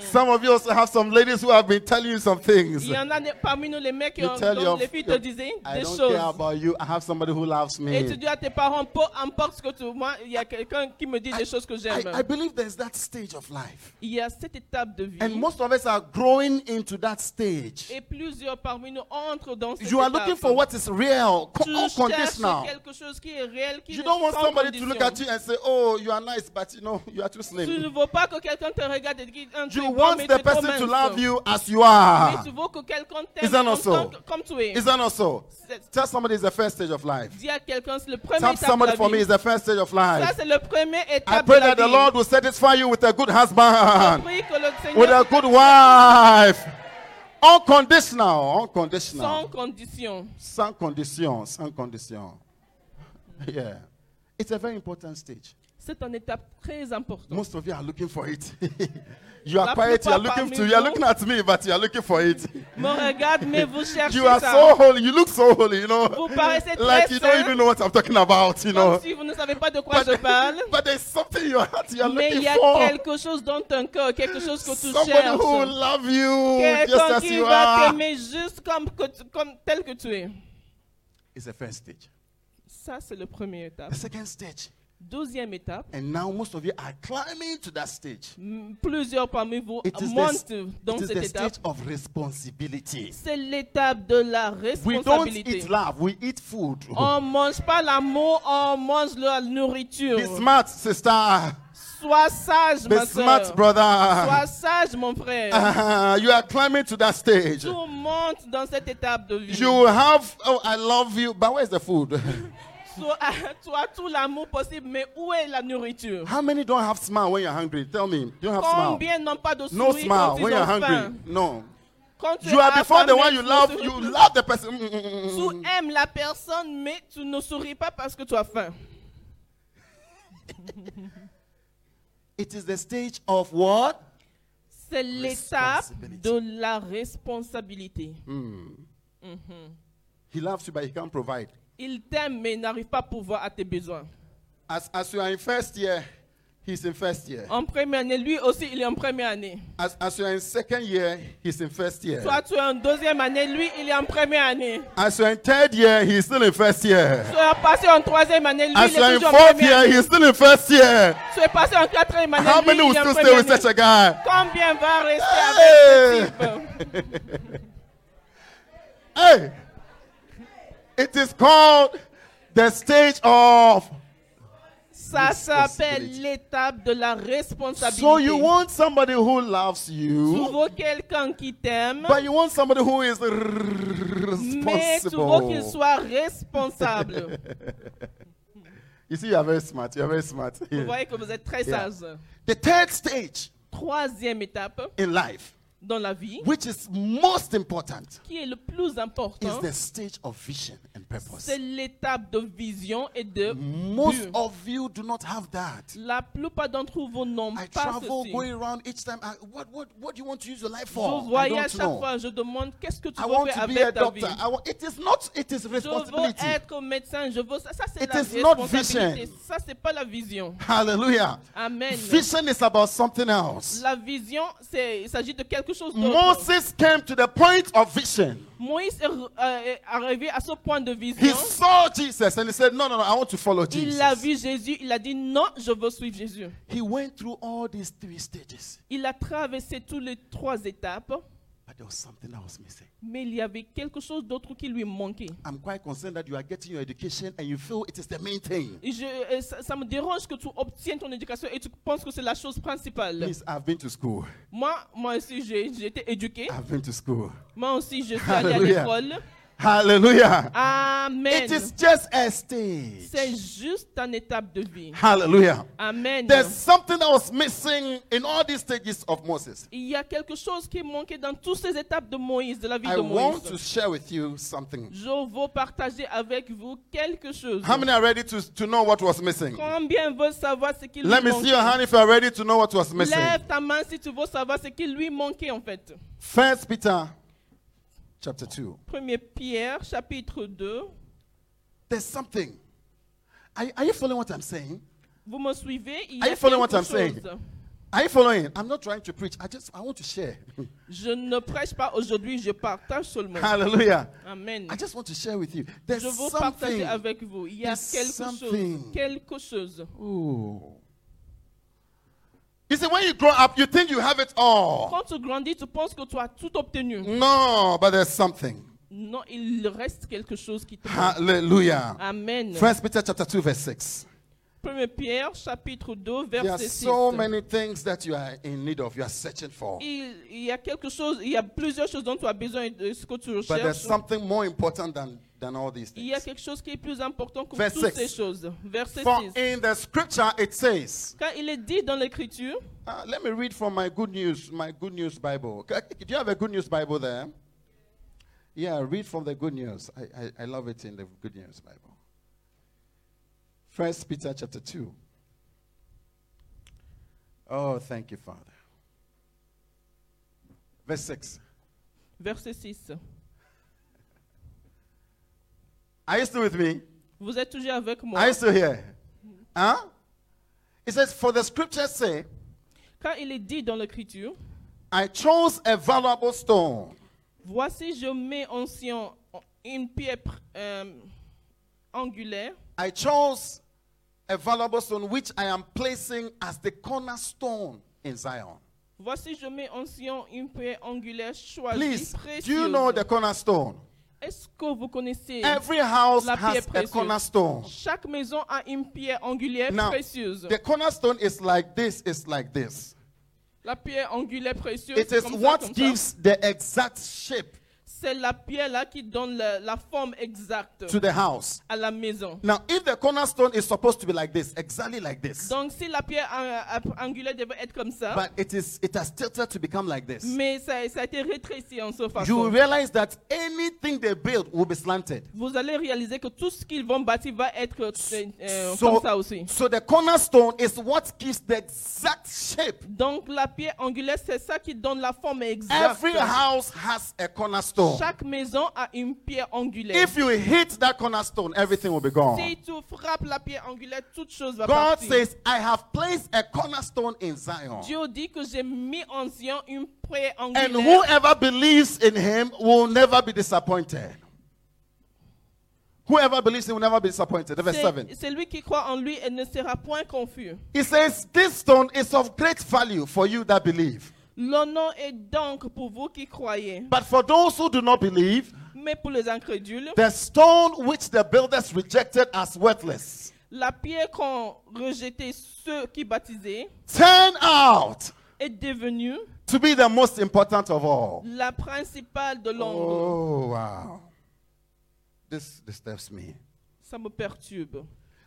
Speaker 1: some of you also have some ladies who have been telling you some things.
Speaker 2: Il y en a des- parmi nous les mecs qui
Speaker 1: You
Speaker 2: ont-
Speaker 1: tell
Speaker 2: dont
Speaker 1: your-
Speaker 2: les filles te
Speaker 1: your-
Speaker 2: disaient
Speaker 1: I
Speaker 2: des
Speaker 1: don't
Speaker 2: choses.
Speaker 1: care about you. I have somebody who loves me.
Speaker 2: Et tu dis à tes parents, peu importe ce que tu moi, il y a quelqu'un qui me dit des choses que j'aime.
Speaker 1: I, I believe there's that stage of life.
Speaker 2: Il y a cette étape de vie.
Speaker 1: And most of us are growing into that stage.
Speaker 2: Et plusieurs parmi nous entrent dans cette
Speaker 1: You are
Speaker 2: étape.
Speaker 1: looking for what is real, co-
Speaker 2: tu cherches
Speaker 1: unconditional.
Speaker 2: quelque chose qui est réel, qui
Speaker 1: You
Speaker 2: est
Speaker 1: don't want
Speaker 2: sans
Speaker 1: somebody to look at
Speaker 2: condition.
Speaker 1: you and say, Oh, you are nice, but you know, you are too
Speaker 2: Tu ne
Speaker 1: slim.
Speaker 2: veux pas que quelqu'un te regarde et te dise Ah, tu es
Speaker 1: You
Speaker 2: bon, mais
Speaker 1: want
Speaker 2: tu
Speaker 1: the
Speaker 2: es trop
Speaker 1: person to
Speaker 2: mince.
Speaker 1: love you as you
Speaker 2: Mais
Speaker 1: are.
Speaker 2: tu veux que quelqu'un
Speaker 1: Is that
Speaker 2: t'aime comme,
Speaker 1: not so?
Speaker 2: comme- comme tu es.
Speaker 1: Is that not so?
Speaker 2: C'est-
Speaker 1: Tell somebody it's the first stage of life.
Speaker 2: Dis à quelqu'un, c'est le premier
Speaker 1: Tell
Speaker 2: étape de
Speaker 1: somebody
Speaker 2: la
Speaker 1: for me
Speaker 2: vie.
Speaker 1: it's the first stage of
Speaker 2: Ça,
Speaker 1: life.
Speaker 2: c'est le premier
Speaker 1: I
Speaker 2: étape
Speaker 1: pray
Speaker 2: de la
Speaker 1: that the
Speaker 2: vie.
Speaker 1: Lord will satisfy you with a good
Speaker 2: Je
Speaker 1: husband.
Speaker 2: prie que le Seigneur
Speaker 1: with a
Speaker 2: te
Speaker 1: good
Speaker 2: donne
Speaker 1: wife. Unconditional, unconditional.
Speaker 2: sans condition.
Speaker 1: Sans condition, sans condition. Yeah. It's a very important stage.
Speaker 2: C'est une étape très importante.
Speaker 1: Most of you are looking for it. you are
Speaker 2: La
Speaker 1: quiet, you are
Speaker 2: plupart
Speaker 1: looking
Speaker 2: parmi
Speaker 1: to, you are
Speaker 2: vous-
Speaker 1: looking at me, but you are looking for it.
Speaker 2: Me regarde, mais vous cherchez
Speaker 1: You are
Speaker 2: ça.
Speaker 1: so holy, you look so holy, you know.
Speaker 2: Vous paraissez
Speaker 1: Like
Speaker 2: très
Speaker 1: you don't
Speaker 2: saint,
Speaker 1: even know what I'm talking about, you know.
Speaker 2: comme si vous ne savez pas de quoi
Speaker 1: But,
Speaker 2: je parle.
Speaker 1: but there's something in your heart you are
Speaker 2: Mais il
Speaker 1: looking
Speaker 2: y a
Speaker 1: for.
Speaker 2: quelque chose dans ton cœur, quelque chose que tu
Speaker 1: Somebody who will
Speaker 2: cherches.
Speaker 1: love you
Speaker 2: Quelqu'un
Speaker 1: just as
Speaker 2: qui
Speaker 1: you
Speaker 2: va
Speaker 1: are.
Speaker 2: t'aimer juste comme, que tu- comme tel que tu es.
Speaker 1: It's the first stage.
Speaker 2: Ça, c'est la première étape.
Speaker 1: The second stage.
Speaker 2: Deuxième étape,
Speaker 1: And now most of you are climbing to that stage.
Speaker 2: m- plusieurs parmi vous
Speaker 1: It is,
Speaker 2: montent
Speaker 1: the,
Speaker 2: dans
Speaker 1: it is
Speaker 2: cette
Speaker 1: the
Speaker 2: étape.
Speaker 1: stage of responsibility.
Speaker 2: C'est l'étape de la
Speaker 1: We don't
Speaker 2: responsabilité.
Speaker 1: eat love, we eat food.
Speaker 2: On mange pas l'amour, on mange la nourriture.
Speaker 1: Be smart, sister.
Speaker 2: Sois sage,
Speaker 1: Be
Speaker 2: ma
Speaker 1: smart,
Speaker 2: soeur. Sois
Speaker 1: brother.
Speaker 2: sage, mon frère.
Speaker 1: Uh-huh. you are climbing to that stage.
Speaker 2: Tout monte dans cette étape de vie.
Speaker 1: You have, oh, I love you, but where's the food?
Speaker 2: Tu as, tu as tout l'amour possible, mais où est la nourriture
Speaker 1: How many don't have smile when you're hungry? Tell me. You don't have smile.
Speaker 2: Combien n'ont pas de
Speaker 1: No
Speaker 2: sourire
Speaker 1: smile
Speaker 2: quand ils
Speaker 1: when you're
Speaker 2: ont faim
Speaker 1: hungry. No.
Speaker 2: Quand tu
Speaker 1: You are
Speaker 2: as
Speaker 1: before
Speaker 2: faim,
Speaker 1: the
Speaker 2: mais
Speaker 1: one you
Speaker 2: tu ne
Speaker 1: love.
Speaker 2: souris
Speaker 1: You
Speaker 2: plus.
Speaker 1: love the person. Mm, mm, mm, mm, mm.
Speaker 2: Tu aimes la personne, mais tu ne souris pas parce que tu as faim.
Speaker 1: It is the stage of what?
Speaker 2: C'est l'étape
Speaker 1: Responsibility.
Speaker 2: de la responsabilité.
Speaker 1: He loves you, but he can't provide.
Speaker 2: Il t'aime, mais il n'arrive pas à pouvoir à tes besoins.
Speaker 1: As, as you are in first year, he's in first year.
Speaker 2: En première année, lui aussi, il est en première année.
Speaker 1: As, as you are in second year, he's in first year.
Speaker 2: Toi, tu es en deuxième année, lui, il est en première année.
Speaker 1: As you are in third year, he's still in first year.
Speaker 2: Tu es passé en troisième année, lui,
Speaker 1: As
Speaker 2: il
Speaker 1: you are
Speaker 2: est
Speaker 1: in
Speaker 2: toujours en
Speaker 1: fourth
Speaker 2: première
Speaker 1: year,
Speaker 2: année.
Speaker 1: he's still in first year.
Speaker 2: Tu es passé en quatrième année,
Speaker 1: How
Speaker 2: lui,
Speaker 1: many will
Speaker 2: il est en
Speaker 1: still stay with
Speaker 2: première
Speaker 1: such
Speaker 2: année.
Speaker 1: a guy?
Speaker 2: Combien va
Speaker 1: Hey!
Speaker 2: rester avec ce type
Speaker 1: Hey, it is called the stage of.
Speaker 2: Ça s'appelle
Speaker 1: Responsibility.
Speaker 2: l'étape de la responsabilité.
Speaker 1: So you want somebody who loves
Speaker 2: tu
Speaker 1: you,
Speaker 2: veux quelqu'un qui t'aime,
Speaker 1: but you want somebody who is
Speaker 2: mais tu veux qu'il
Speaker 1: responsible.
Speaker 2: soit responsable.
Speaker 1: You see, you are very smart. You are very smart.
Speaker 2: Vous voyez que vous êtes très
Speaker 1: Yeah.
Speaker 2: sage.
Speaker 1: The third stage
Speaker 2: Troisième étape
Speaker 1: in life,
Speaker 2: dans la vie,
Speaker 1: which is most important,
Speaker 2: qui est le plus
Speaker 1: is
Speaker 2: important,
Speaker 1: the stage of vision and purpose.
Speaker 2: c'est l'étape de vision et de
Speaker 1: Most
Speaker 2: but.
Speaker 1: of you do not have that.
Speaker 2: La plupart d'entre vous n'ont
Speaker 1: I
Speaker 2: pas
Speaker 1: travel,
Speaker 2: ceci.
Speaker 1: going around each time. I, what, what, what do you want to use your life
Speaker 2: Je
Speaker 1: for? I
Speaker 2: voyage à
Speaker 1: don't
Speaker 2: chaque
Speaker 1: know.
Speaker 2: fois, je demande qu'est-ce que tu
Speaker 1: I
Speaker 2: veux
Speaker 1: want
Speaker 2: faire
Speaker 1: to be a
Speaker 2: avec ta vie.
Speaker 1: doctor. I want, it is not. It is
Speaker 2: Je veux
Speaker 1: responsibility.
Speaker 2: être médecin, je veux ça, ça c'est
Speaker 1: It
Speaker 2: la
Speaker 1: is not
Speaker 2: responsabilité.
Speaker 1: vision.
Speaker 2: Ça c'est pas la vision.
Speaker 1: Hallelujah.
Speaker 2: Amen.
Speaker 1: Vision is about something else.
Speaker 2: La vision, c'est, il s'agit de quelque chose d'autre.
Speaker 1: Moses came to the point of vision.
Speaker 2: Moïse est, re- euh, est arrivé à ce point de
Speaker 1: He
Speaker 2: vision.
Speaker 1: saw Jesus and he said, "No, no, no. I want to follow
Speaker 2: Il a
Speaker 1: Jesus."
Speaker 2: vu Jésus, il a dit non, je veux suivre Jésus.
Speaker 1: He went through all these three stages,
Speaker 2: Il a traversé toutes les trois étapes,
Speaker 1: but there was something that was missing.
Speaker 2: mais il y avait quelque chose d'autre qui lui manquait.
Speaker 1: I'm quite concerned that you are getting your education and you feel it is the main thing.
Speaker 2: Et je- euh, ça, ça me dérange que tu obtiennes ton éducation et tu penses que c'est la chose principale.
Speaker 1: Please, I've been to school.
Speaker 2: Moi, moi aussi, j'ai j'ai été éduqué.
Speaker 1: I've been to school.
Speaker 2: Moi aussi, je suis allé
Speaker 1: Ah.
Speaker 2: à
Speaker 1: Hallelujah.
Speaker 2: l'école.
Speaker 1: Hallelujah.
Speaker 2: Amen.
Speaker 1: It is just a stage.
Speaker 2: C'est juste une étape de vie.
Speaker 1: Hallelujah.
Speaker 2: Amen.
Speaker 1: There's something that was missing in all these stages of Moses.
Speaker 2: Il y a quelque chose qui manquait dans toutes ces étapes de Moïse, de la vie
Speaker 1: I
Speaker 2: de
Speaker 1: want to
Speaker 2: Moïse.
Speaker 1: share with you something.
Speaker 2: Je veux partager avec vous quelque chose.
Speaker 1: How many are ready to, to know what was missing?
Speaker 2: Combien veulent savoir ce qu'il lui
Speaker 1: Let me see your
Speaker 2: manquait
Speaker 1: hand if you are ready to know what was missing.
Speaker 2: Lève ta main si tu veux savoir ce qui lui manquait en fait.
Speaker 1: First Peter chapter 2.
Speaker 2: 1 Pierre, chapitre 2.
Speaker 1: There's something. Are, are you following what I'm saying?
Speaker 2: Vous me suivez Il y
Speaker 1: Are
Speaker 2: a
Speaker 1: you following what
Speaker 2: quelque
Speaker 1: I'm saying?
Speaker 2: chose.
Speaker 1: Are you following? I'm not trying to preach. I just I want to share.
Speaker 2: Je ne prêche pas aujourd'hui, je partage seulement.
Speaker 1: Hallelujah.
Speaker 2: Amen.
Speaker 1: I just want to share with you.
Speaker 2: Je
Speaker 1: There's
Speaker 2: veux partager
Speaker 1: something.
Speaker 2: avec vous. Il y a
Speaker 1: There's
Speaker 2: quelque
Speaker 1: something.
Speaker 2: chose. Quelque chose.
Speaker 1: Ooh. You see, when you grow up, you think you have it all.
Speaker 2: Quand tu grandis, tu penses que tu as tout obtenu.
Speaker 1: No, but there's something.
Speaker 2: Non, il reste quelque chose qui te manque.
Speaker 1: Hallelujah.
Speaker 2: Amen.
Speaker 1: First Peter chapter 2, verse 6.
Speaker 2: 1 Pierre, chapitre 2,
Speaker 1: There are
Speaker 2: verset 6.
Speaker 1: so many things that you are in need of, you are searching for.
Speaker 2: Il, il y a quelque chose, il y a plusieurs choses dont tu as besoin et de ce que tu
Speaker 1: But there's
Speaker 2: recherches.
Speaker 1: something more important than, than all these
Speaker 2: Il y a
Speaker 1: things.
Speaker 2: quelque chose qui est plus important que
Speaker 1: Verset
Speaker 2: toutes
Speaker 1: six.
Speaker 2: ces choses. Verset
Speaker 1: For
Speaker 2: 6.
Speaker 1: in the scripture it says,
Speaker 2: Quand il est dit dans l'écriture,
Speaker 1: uh, let me read from my good news, my good news Bible. C- Do you have a good news Bible there? Yeah, read from the good news. I, I, I love it in the good news Bible. First Peter chapter 2. Oh, thank you, Father. Verse 6.
Speaker 2: verset 6.
Speaker 1: Are you still with me?
Speaker 2: Vous êtes toujours avec moi.
Speaker 1: Are you still here? Huh? It says, For the scriptures say,
Speaker 2: Quand il est dit dans l'écriture,
Speaker 1: I chose a valuable stone.
Speaker 2: voici je mets en Sion une pierre pr- euh, angulaire.
Speaker 1: I chose a valuable stone which I am placing as the cornerstone in Zion.
Speaker 2: Voici je mets en Sion une pierre angulaire choisie,
Speaker 1: Please, do you know the
Speaker 2: précieuse.
Speaker 1: cornerstone?
Speaker 2: Est-ce que vous connaissez
Speaker 1: Every house
Speaker 2: La pierre
Speaker 1: has a
Speaker 2: précieuse.
Speaker 1: cornerstone.
Speaker 2: Chaque maison a une pierre angulaire
Speaker 1: Now,
Speaker 2: précieuse.
Speaker 1: the cornerstone is like this, it's like this.
Speaker 2: La pierre angulaire précieuse.
Speaker 1: It is
Speaker 2: comme ça,
Speaker 1: what
Speaker 2: comme ça.
Speaker 1: gives the exact shape
Speaker 2: c'est la pierre là qui donne la, la forme exacte
Speaker 1: to the house.
Speaker 2: à la maison.
Speaker 1: Now, if the cornerstone is supposed to be like this, exactly like this,
Speaker 2: Donc si la pierre euh, euh, angulaire devait être comme ça,
Speaker 1: but it is it has tilted to become like this,
Speaker 2: mais ça, ça a été rétréci en ce
Speaker 1: you will
Speaker 2: façon.
Speaker 1: realize that anything they build will be slanted.
Speaker 2: Vous allez réaliser que tout ce qu'ils vont bâtir va être euh, euh,
Speaker 1: So,
Speaker 2: comme ça aussi.
Speaker 1: so the cornerstone is what gives the exact shape.
Speaker 2: Donc la pierre angulaire, c'est ça qui donne la forme exacte.
Speaker 1: Every house has a cornerstone.
Speaker 2: Chaque maison a une pierre angulaire.
Speaker 1: If you hit that cornerstone, everything will be gone.
Speaker 2: Si tu frappes la pierre angulaire, toute chose va
Speaker 1: God
Speaker 2: partir.
Speaker 1: says, I have placed a cornerstone in Zion.
Speaker 2: Dieu dit que j'ai mis en Sion une pierre angulaire.
Speaker 1: And whoever believes in him will never be disappointed. Whoever believes him will never be disappointed. Verse
Speaker 2: C'est-
Speaker 1: 7.
Speaker 2: C'est lui qui croit en lui et ne sera point confus.
Speaker 1: It says, This stone is of great value for you that believe.
Speaker 2: L'honneur est donc pour vous qui croyez.
Speaker 1: But for those who do not believe,
Speaker 2: Mais pour les incrédules,
Speaker 1: the stone which the builders rejected as worthless
Speaker 2: la pierre qu'ont rejetée ceux qui baptisaient
Speaker 1: turned out
Speaker 2: est devenue
Speaker 1: to be the most important of all.
Speaker 2: la principale de l'ombre.
Speaker 1: Oh, wow. This disturbs me.
Speaker 2: Ça me perturbe.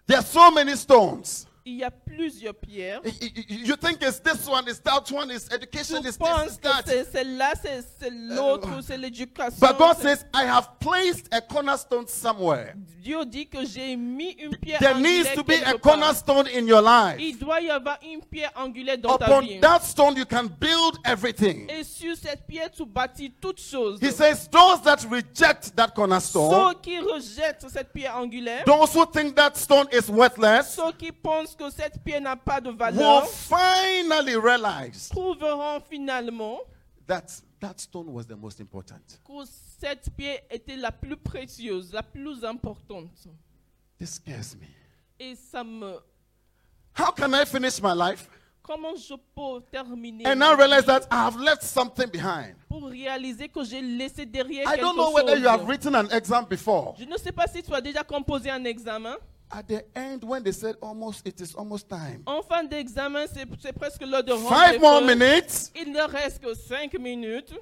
Speaker 1: There are so many stones.
Speaker 2: Il y a plusieurs pierres.
Speaker 1: Y- y- y- You think it's this one, it's that one, it's
Speaker 2: Tu
Speaker 1: education, it's this, it's
Speaker 2: penses que
Speaker 1: that.
Speaker 2: c'est celle-là, c'est c'est
Speaker 1: Euh, oh.
Speaker 2: l'autre, c'est l'éducation.
Speaker 1: But God
Speaker 2: c'est-
Speaker 1: says, I have placed a cornerstone somewhere.
Speaker 2: Dieu dit que j'ai mis une pierre
Speaker 1: There
Speaker 2: angulaire.
Speaker 1: needs to be a
Speaker 2: quelque part.
Speaker 1: cornerstone in your life.
Speaker 2: Il doit y avoir une pierre angulaire dans ta vie.
Speaker 1: Upon that stone, you can build everything.
Speaker 2: Et sur cette pierre, tu bâtis toutes choses.
Speaker 1: He says, Those that reject that cornerstone,
Speaker 2: Ceux qui rejettent cette pierre angulaire,
Speaker 1: those who think that stone is worthless,
Speaker 2: ceux qui pensent que cette pierre n'a pas de
Speaker 1: will
Speaker 2: valeur,
Speaker 1: finally realize
Speaker 2: trouveront finalement
Speaker 1: that that stone was the most important.
Speaker 2: que cette pierre était la plus précieuse, la plus importante.
Speaker 1: This scares me.
Speaker 2: Et ça me...
Speaker 1: How can I finish my life
Speaker 2: Comment je peux terminer
Speaker 1: and
Speaker 2: ma
Speaker 1: now realize
Speaker 2: vie
Speaker 1: that I have left something behind?
Speaker 2: pour réaliser que j'ai laissé derrière
Speaker 1: I
Speaker 2: quelque
Speaker 1: don't know whether you have
Speaker 2: chose
Speaker 1: written an exam before.
Speaker 2: Je ne sais pas si tu as déjà composé un examen.
Speaker 1: At the end, when they said almost, it is almost time.
Speaker 2: En fin d'examen, c'est c'est presque l'heure de rendre les
Speaker 1: Five more
Speaker 2: feuilles.
Speaker 1: minutes,
Speaker 2: Il ne reste que 5 minutes.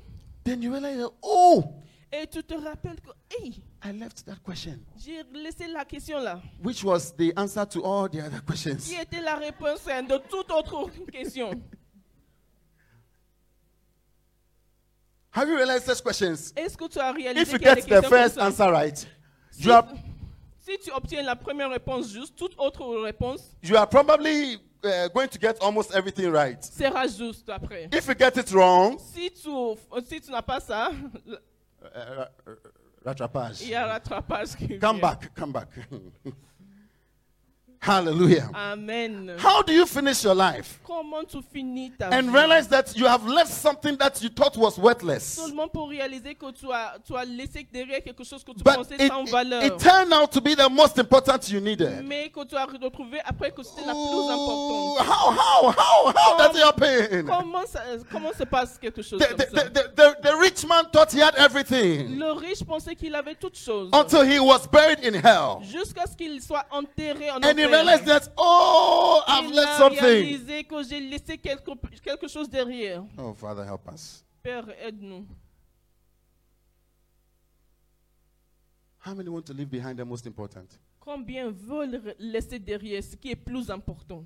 Speaker 1: then you realize, oh,
Speaker 2: Et tu te rappelles que, hey,
Speaker 1: I left that question,
Speaker 2: j'ai laissé la question là.
Speaker 1: which was the answer to all the other questions.
Speaker 2: Qui était la réponse hein, de toute autre question
Speaker 1: Have you realized such questions?
Speaker 2: Est-ce que tu as réalisé
Speaker 1: If you
Speaker 2: qu'il y a des
Speaker 1: get the
Speaker 2: questions
Speaker 1: first
Speaker 2: comme ça?
Speaker 1: answer right,
Speaker 2: si,
Speaker 1: you are,
Speaker 2: si tu obtiens la première réponse juste, toute autre réponse
Speaker 1: you are probably uh, going to get almost everything right.
Speaker 2: sera juste après.
Speaker 1: If you get it wrong,
Speaker 2: Si tu, si tu n'as pas ça,
Speaker 1: uh, rattrapage.
Speaker 2: il y a rattrapage qui
Speaker 1: Come
Speaker 2: vient.
Speaker 1: back, come back. Hallelujah.
Speaker 2: Amen.
Speaker 1: How do you finish your life
Speaker 2: Comment tu finis ta
Speaker 1: and
Speaker 2: vie
Speaker 1: realize that you have left something that you thought was worthless?
Speaker 2: seulement pour réaliser que tu as, tu as laissé derrière quelque chose que tu
Speaker 1: But
Speaker 2: pensais
Speaker 1: it,
Speaker 2: sans valeur,
Speaker 1: it, it turned out to be the most important you needed.
Speaker 2: mais que tu as retrouvé après que c'était la plus
Speaker 1: Ooh,
Speaker 2: importante.
Speaker 1: how, how, how, how does it happen?
Speaker 2: Comment, ça- euh, comment se passe quelque chose
Speaker 1: The,
Speaker 2: comme
Speaker 1: the,
Speaker 2: ça
Speaker 1: the, the, the rich man thought he had everything
Speaker 2: Le riche pensait qu'il avait toutes choses
Speaker 1: until he was buried in hell.
Speaker 2: jusqu'à ce qu'il soit enterré en
Speaker 1: And he
Speaker 2: enfer.
Speaker 1: realized that, oh, I've
Speaker 2: Il
Speaker 1: left
Speaker 2: a
Speaker 1: something.
Speaker 2: réalisé que j'ai laissé quelque, quelque chose derrière.
Speaker 1: Oh, Father, help us.
Speaker 2: Père, aide-nous.
Speaker 1: How many want to leave behind the most important?
Speaker 2: Combien veulent laisser derrière ce qui est plus important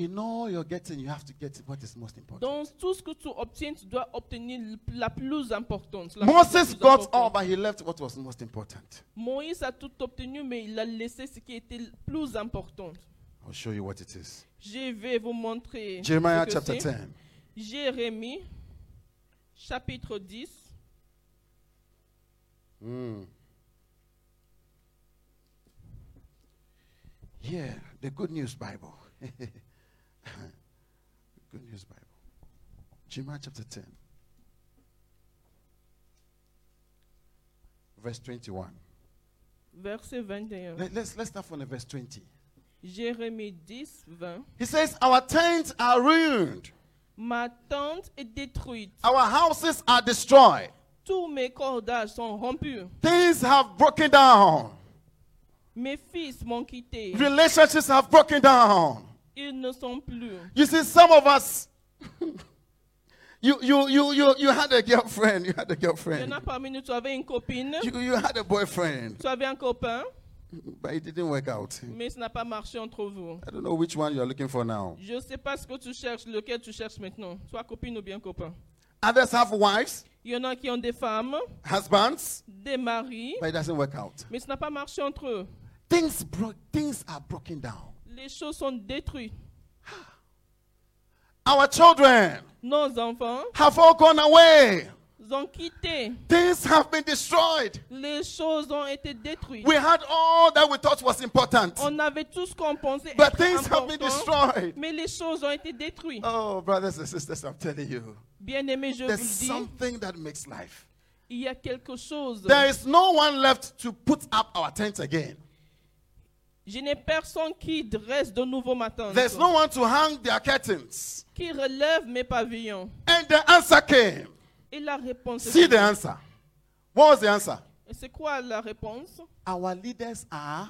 Speaker 1: In all you're getting, you have to get what is most important.
Speaker 2: Dans tout ce que tu obtiens, tu dois obtenir la plus importante. la
Speaker 1: Moses
Speaker 2: plus
Speaker 1: got
Speaker 2: importante.
Speaker 1: all, but he left what was most important.
Speaker 2: Moïse a tout obtenu, mais il a laissé ce qui était le plus important.
Speaker 1: I'll show you what it is.
Speaker 2: Je vais vous montrer.
Speaker 1: Jeremiah
Speaker 2: ce que
Speaker 1: chapter
Speaker 2: c'est.
Speaker 1: 10.
Speaker 2: Jérémie, chapitre 10,
Speaker 1: Mm. Yeah, the Good News Bible. good News Bible. Jeremiah chapter 10, verse 21.
Speaker 2: verset 21.
Speaker 1: Let, us let's start from the verse 20.
Speaker 2: Jérémie 10, 20.
Speaker 1: He says, Our tents are ruined,
Speaker 2: Ma tente est détruite.
Speaker 1: our houses are destroyed,
Speaker 2: Tous mes cordages sont rompus.
Speaker 1: things have broken down,
Speaker 2: Mes fils m'ont quitté.
Speaker 1: relationships have broken down.
Speaker 2: Ils ne sont plus.
Speaker 1: You see, some of us, You, you, you, you, you had a girlfriend. You had a
Speaker 2: Il y en
Speaker 1: girlfriend.
Speaker 2: a parmi nous, tu avais une copine,
Speaker 1: You, you had a boyfriend.
Speaker 2: tu avais un copain,
Speaker 1: But it didn't work out.
Speaker 2: mais ça n'a pas marché entre vous.
Speaker 1: I don't know which one you're looking for now.
Speaker 2: Je ne sais pas ce que tu cherches, lequel tu cherches maintenant, soit copine ou bien copain.
Speaker 1: Others have wives,
Speaker 2: Il y en a qui ont des femmes,
Speaker 1: husbands,
Speaker 2: des maris,
Speaker 1: but it doesn't work out.
Speaker 2: mais ça n'a pas marché entre eux.
Speaker 1: Things, bro- things are broken down.
Speaker 2: Les choses sont détruites.
Speaker 1: Our children
Speaker 2: Nos enfants
Speaker 1: have all gone away.
Speaker 2: ont quitté.
Speaker 1: Things have been destroyed.
Speaker 2: Les choses ont été détruites.
Speaker 1: We had all that we thought was important,
Speaker 2: On avait tout ce qu'on pensait
Speaker 1: but
Speaker 2: être
Speaker 1: things have been
Speaker 2: important,
Speaker 1: destroyed.
Speaker 2: mais les choses ont été détruites.
Speaker 1: Oh, brothers and sisters, I'm telling you,
Speaker 2: Bien-aimés, je vous
Speaker 1: there's
Speaker 2: le dis,
Speaker 1: something that makes life.
Speaker 2: il y a quelque chose.
Speaker 1: There is no one left to put up our tent again.
Speaker 2: Je n'ai personne qui dresse de nouveau ma tente,
Speaker 1: There's no one to hang their curtains.
Speaker 2: qui relève mes pavillons.
Speaker 1: And the answer came.
Speaker 2: Et la réponse,
Speaker 1: See the answer. What was the answer?
Speaker 2: Et c'est quoi la réponse
Speaker 1: Our leaders are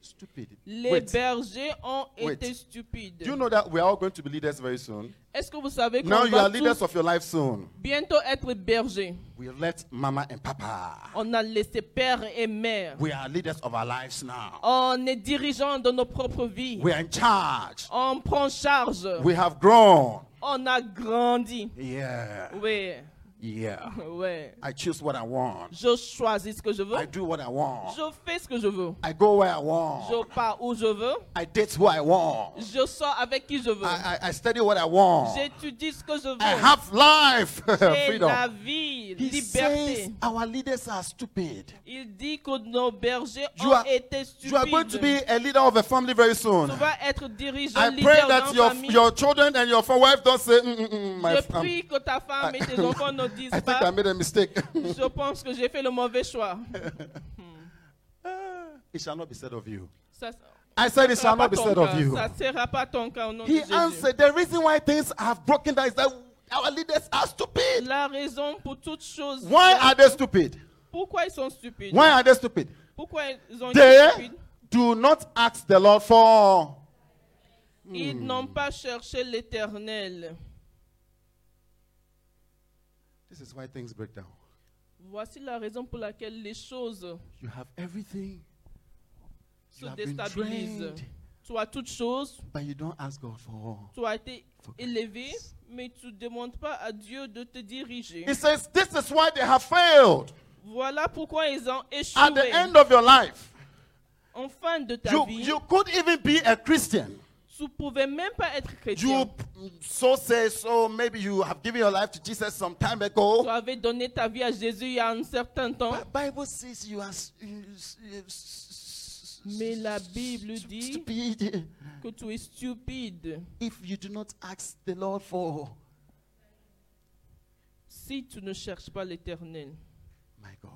Speaker 1: stupid.
Speaker 2: Les
Speaker 1: Wait, do
Speaker 2: bergers ont
Speaker 1: Wait.
Speaker 2: été stupides.
Speaker 1: you know that we are all going to be leaders very soon?
Speaker 2: Est-ce que vous savez qu'on
Speaker 1: Now you
Speaker 2: va
Speaker 1: are
Speaker 2: tous
Speaker 1: leaders of your life soon.
Speaker 2: bientôt être bergers
Speaker 1: We left mama and papa.
Speaker 2: On a laissé père et mère.
Speaker 1: We are leaders of our lives now.
Speaker 2: On est dirigeant de nos propres vies.
Speaker 1: We are in charge.
Speaker 2: On prend charge.
Speaker 1: We have grown.
Speaker 2: On a grandi.
Speaker 1: Yeah.
Speaker 2: Oui,
Speaker 1: Yeah.
Speaker 2: oui.
Speaker 1: I choose what I want.
Speaker 2: Je choisis ce que je veux.
Speaker 1: I do what I want.
Speaker 2: Je fais ce que je veux.
Speaker 1: I go where I want.
Speaker 2: Je pars où je veux.
Speaker 1: I date who I want.
Speaker 2: Je sors avec qui je
Speaker 1: I,
Speaker 2: veux.
Speaker 1: I, I study what I want.
Speaker 2: J'étudie ce que je
Speaker 1: I
Speaker 2: veux.
Speaker 1: have life.
Speaker 2: J'ai la
Speaker 1: Freedom.
Speaker 2: vie,
Speaker 1: He
Speaker 2: liberté.
Speaker 1: says our leaders are stupid.
Speaker 2: Il dit que nos bergers
Speaker 1: You
Speaker 2: ont
Speaker 1: are-
Speaker 2: été
Speaker 1: You are going to be
Speaker 2: stupides.
Speaker 1: a leader of a family very soon.
Speaker 2: Tu vas être dirigeant
Speaker 1: I pray
Speaker 2: leader
Speaker 1: that
Speaker 2: d'une
Speaker 1: your,
Speaker 2: famille.
Speaker 1: your children and your wife don't say, mm, mm, mm, my
Speaker 2: Je
Speaker 1: um,
Speaker 2: prie que ta femme et tes enfants ne disent
Speaker 1: I think I
Speaker 2: pas
Speaker 1: made a mistake.
Speaker 2: Je pense que j'ai fait le mauvais choix.
Speaker 1: it shall not be said of you.
Speaker 2: Ça,
Speaker 1: I said, it
Speaker 2: ça
Speaker 1: shall
Speaker 2: ne sera
Speaker 1: not
Speaker 2: pas
Speaker 1: be
Speaker 2: ton
Speaker 1: said of
Speaker 2: cas.
Speaker 1: you.
Speaker 2: Ça sera pas ton cas au nom
Speaker 1: He
Speaker 2: de Jésus.
Speaker 1: answered, the reason why things have broken down is that our leaders are stupid.
Speaker 2: La raison pour toutes choses.
Speaker 1: Why are they stupid?
Speaker 2: Pourquoi ils sont stupides?
Speaker 1: Why are they stupid?
Speaker 2: Pourquoi ils ont été
Speaker 1: They
Speaker 2: stupides?
Speaker 1: do not ask the Lord for. Hmm.
Speaker 2: Ils n'ont pas cherché l'Éternel.
Speaker 1: This is why things break down.
Speaker 2: Voici la raison pour laquelle les choses
Speaker 1: You have everything,
Speaker 2: se
Speaker 1: you have been
Speaker 2: déstabilisent.
Speaker 1: trained,
Speaker 2: Tu as toutes choses,
Speaker 1: but you don't ask God for.
Speaker 2: tu as été
Speaker 1: For guidance.
Speaker 2: élevé, mais tu ne demandes pas à Dieu de te diriger.
Speaker 1: He says, This is why they have failed.
Speaker 2: Voilà pourquoi ils ont
Speaker 1: At
Speaker 2: échoué
Speaker 1: the end of your life,
Speaker 2: en fin de ta
Speaker 1: you,
Speaker 2: vie.
Speaker 1: you could even be a Christian.
Speaker 2: Tu ne pouvais même pas être chrétien.
Speaker 1: You so say so, maybe you have given your life to Jesus some time
Speaker 2: Tu
Speaker 1: ago.
Speaker 2: avais donné ta vie à Jésus il y a un certain temps,
Speaker 1: But Bible says you are s- s- s-
Speaker 2: mais la Bible dit
Speaker 1: stupid
Speaker 2: que tu es stupide
Speaker 1: if you do not ask the Lord for.
Speaker 2: si tu ne cherches pas l'Éternel.
Speaker 1: My God.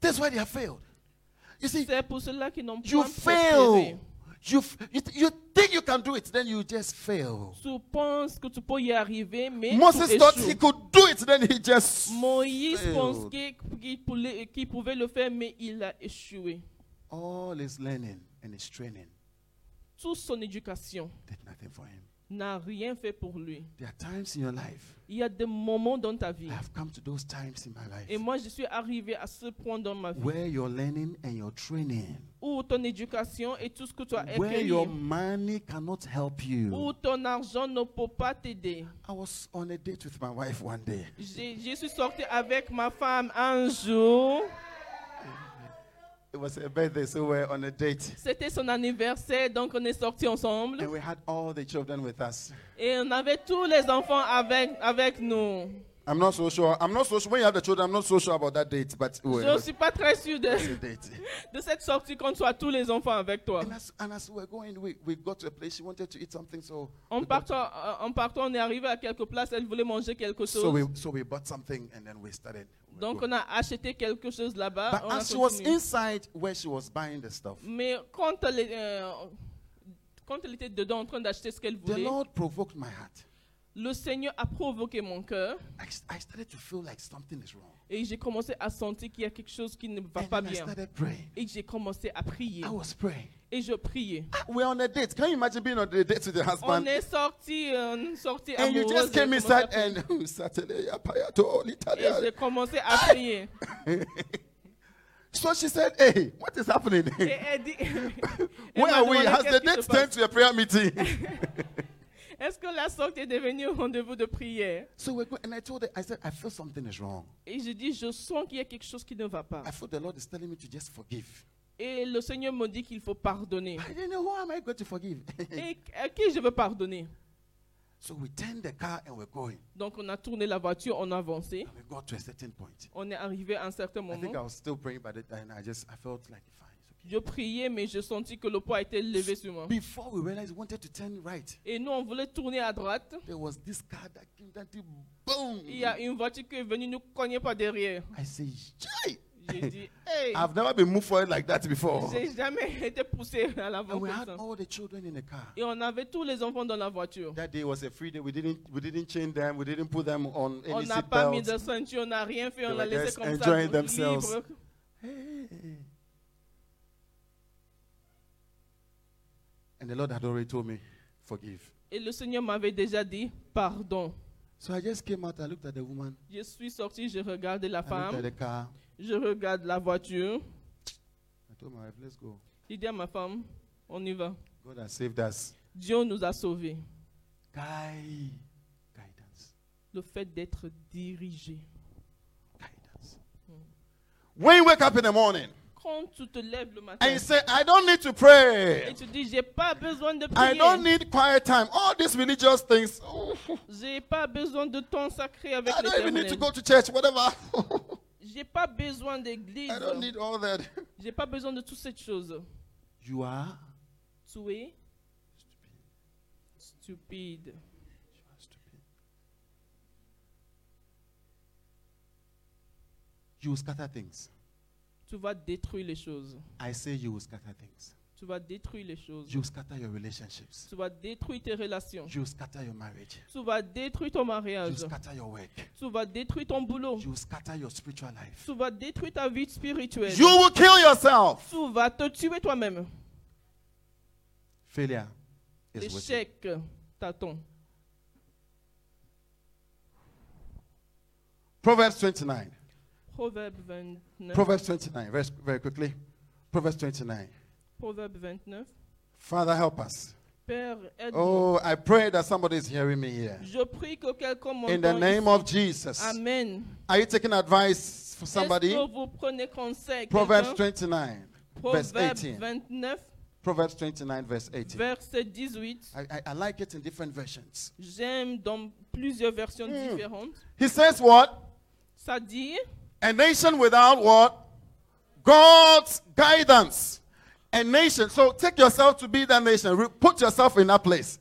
Speaker 1: That's why they have failed. You see,
Speaker 2: C'est pour cela qu'ils n'ont
Speaker 1: you
Speaker 2: pas prospéré.
Speaker 1: fail. You, f- you, th- you think you can do it, then you just fail.
Speaker 2: Tu penses que tu peux y arriver, mais tu
Speaker 1: Moses thought he
Speaker 2: échoues.
Speaker 1: could do it, then he just.
Speaker 2: Moïse
Speaker 1: failed.
Speaker 2: pensait qu'il poulait- qu'il pouvait le faire, mais il a échoué.
Speaker 1: All his learning and his training
Speaker 2: Toute son éducation
Speaker 1: did nothing for him.
Speaker 2: n'a rien fait pour lui.
Speaker 1: There are times in your life,
Speaker 2: Il y a des moments dans ta
Speaker 1: I
Speaker 2: vie,
Speaker 1: have come to those times in my
Speaker 2: et
Speaker 1: life,
Speaker 2: moi je suis arrivé à ce point dans ma vie,
Speaker 1: where your learning and your training,
Speaker 2: où ton éducation et tout ce que tu as
Speaker 1: where your
Speaker 2: acquis
Speaker 1: money cannot help
Speaker 2: où
Speaker 1: you.
Speaker 2: ton argent ne peut pas t'aider.
Speaker 1: I was on a date with my wife one day.
Speaker 2: J'ai- Je suis sortie avec ma femme un jour.
Speaker 1: It was a birthday, so we're on a date.
Speaker 2: C'était son anniversaire, donc on est sortis ensemble.
Speaker 1: And we had all the children with us.
Speaker 2: Et on avait tous les enfants avec, avec nous.
Speaker 1: I'm not so sure. I'm not so sure. When you have the children, I'm not so sure about that date, but we
Speaker 2: Je ne suis pas très sûre de,
Speaker 1: a date.
Speaker 2: de cette sortie quand tu as tous les enfants avec toi.
Speaker 1: And as, and as we were going, we, we got to a place. She wanted to eat something, so
Speaker 2: En
Speaker 1: we got-
Speaker 2: partant, euh, en partant, on est arrivé à quelque place, elle voulait manger quelque
Speaker 1: so
Speaker 2: chose.
Speaker 1: we so we bought something, and then we started. We were
Speaker 2: Donc
Speaker 1: going.
Speaker 2: on a acheté quelque chose là-bas.
Speaker 1: but
Speaker 2: on a
Speaker 1: as she was
Speaker 2: continué.
Speaker 1: inside where she was buying the stuff,
Speaker 2: Mais quand elle, est, euh, quand elle était dedans en train d'acheter ce qu'elle
Speaker 1: the
Speaker 2: voulait,
Speaker 1: Lord provoked my heart.
Speaker 2: le Seigneur a provoqué mon cœur
Speaker 1: I, s- I started to feel like something is wrong.
Speaker 2: et j'ai commencé à sentir qu'il y a quelque chose qui ne va
Speaker 1: And
Speaker 2: pas
Speaker 1: then I
Speaker 2: bien.
Speaker 1: started praying.
Speaker 2: Et j'ai commencé à prier.
Speaker 1: I was praying.
Speaker 2: Et je priais.
Speaker 1: Ah, We're on a date. Can you imagine being on a date with your
Speaker 2: On
Speaker 1: husband?
Speaker 2: est sorti, une sortie
Speaker 1: And you
Speaker 2: amoureuse.
Speaker 1: just came
Speaker 2: j'ai commencé à
Speaker 1: inside
Speaker 2: prier.
Speaker 1: and Saturday, yeah, paya to all
Speaker 2: Et
Speaker 1: Italia.
Speaker 2: j'ai commencé à prier.
Speaker 1: So she said, Hey, what is happening?
Speaker 2: Et elle dit, elle
Speaker 1: Where
Speaker 2: m'a
Speaker 1: are we?
Speaker 2: demandé,
Speaker 1: Has the
Speaker 2: Qu'est-ce qui
Speaker 1: date
Speaker 2: se passe?
Speaker 1: turned to a prayer meeting?
Speaker 2: Est-ce que la sortie est devenue un rendez-vous de prière
Speaker 1: so we're going, and I told her, I said, I feel something is wrong.
Speaker 2: Et je dis, je sens qu'il y a quelque chose qui ne va pas.
Speaker 1: I feel the Lord is telling me to just forgive.
Speaker 2: Et le Seigneur me dit qu'il faut pardonner.
Speaker 1: I didn't know who am I going to forgive.
Speaker 2: Et à qui je veux pardonner
Speaker 1: so we turned the car and we're going.
Speaker 2: Donc on a tourné la voiture, on a avancé.
Speaker 1: And we got to a certain point.
Speaker 2: On est arrivé à un certain
Speaker 1: I think
Speaker 2: moment.
Speaker 1: I was still praying, but and I just I felt like fine. It's okay.
Speaker 2: Je priais, mais je sentis que le poids était levé sur moi.
Speaker 1: Before we realized we wanted to turn right,
Speaker 2: Et nous, on voulait tourner à droite.
Speaker 1: there was this car that came down to boom.
Speaker 2: Il y a une voiture qui est venue nous cogner par derrière.
Speaker 1: I say, Jai!
Speaker 2: J'ai dit, hey,
Speaker 1: I've never been moved forward like that before.
Speaker 2: j'ai jamais été poussé à l'avant
Speaker 1: And we
Speaker 2: comme
Speaker 1: had
Speaker 2: ça.
Speaker 1: all the children in the car.
Speaker 2: Et on avait tous les enfants dans la voiture.
Speaker 1: That day was a free day. We didn't we didn't chain them. We didn't put them on
Speaker 2: On
Speaker 1: any
Speaker 2: n'a pas mis
Speaker 1: seatbelts.
Speaker 2: de ceinture, on n'a rien fait, on
Speaker 1: They
Speaker 2: l'a
Speaker 1: were
Speaker 2: laissé
Speaker 1: just
Speaker 2: comme ça,
Speaker 1: enjoying
Speaker 2: libre.
Speaker 1: themselves. Hey. And the Lord had already told me, forgive.
Speaker 2: Et le Seigneur m'avait déjà dit, pardon.
Speaker 1: So I just came out. I looked at the woman.
Speaker 2: Je suis sortie, je regarde la
Speaker 1: I looked at
Speaker 2: femme,
Speaker 1: the car.
Speaker 2: je regarde la voiture.
Speaker 1: I told my wife, let's go.
Speaker 2: J'ai dit à ma femme, on y va.
Speaker 1: God has saved us.
Speaker 2: Dieu nous a sauvés.
Speaker 1: Guy, guidance,
Speaker 2: Le fait d'être dirigé.
Speaker 1: guidance. When you wake up in the morning
Speaker 2: Quand tu te lèves le matin
Speaker 1: and you say, I don't need to pray.
Speaker 2: et tu dis, j'ai pas besoin de
Speaker 1: I don't
Speaker 2: prier,
Speaker 1: need quiet time. All these religious things.
Speaker 2: j'ai pas besoin de temps sacré avec
Speaker 1: I don't even need to
Speaker 2: l'éternel,
Speaker 1: go to church, whatever.
Speaker 2: j'ai pas besoin d'église,
Speaker 1: I don't need all that.
Speaker 2: j'ai pas besoin de toutes ces choses.
Speaker 1: You are
Speaker 2: Tu es stupide.
Speaker 1: stupid. You will scatter things.
Speaker 2: Tu vas détruire les choses.
Speaker 1: I say you will scatter things.
Speaker 2: Tu vas détruire les choses.
Speaker 1: You will scatter your relationships.
Speaker 2: Tu vas détruire tes relations.
Speaker 1: You will scatter your marriage.
Speaker 2: Tu vas détruire ton
Speaker 1: You will
Speaker 2: mariage.
Speaker 1: scatter your work.
Speaker 2: Tu vas détruire ton boulot.
Speaker 1: You will scatter your spiritual life.
Speaker 2: Tu vas détruire ta vie spirituelle.
Speaker 1: You will kill yourself.
Speaker 2: Tu vas te tuer toi-même.
Speaker 1: Failure is waiting.
Speaker 2: L'échec t'attend.
Speaker 1: Proverbs 29.
Speaker 2: Proverbe 29.
Speaker 1: Proverbs 29. Very, very quickly. Proverbs 29.
Speaker 2: Proverbe 29.
Speaker 1: Father, help us.
Speaker 2: Père, aide-nous.
Speaker 1: Oh, I pray that somebody is hearing me here.
Speaker 2: Je prie que quelqu'un
Speaker 1: In the name
Speaker 2: m'entende.
Speaker 1: of Jesus.
Speaker 2: Amen.
Speaker 1: Are you taking advice for somebody?
Speaker 2: Est-ce que vous prenez conseil
Speaker 1: Proverbs
Speaker 2: quelqu'un?
Speaker 1: 29, verse
Speaker 2: Proverbe
Speaker 1: 18.
Speaker 2: 29,
Speaker 1: Proverbs 29, verse 18.
Speaker 2: verset 18.
Speaker 1: I, I, I like it in different versions.
Speaker 2: J'aime dans plusieurs versions
Speaker 1: Mm.
Speaker 2: différentes.
Speaker 1: He says, What?
Speaker 2: Ça dit,
Speaker 1: A nation without what? God's guidance. A nation. So take yourself to be that nation. Re- Put yourself in that place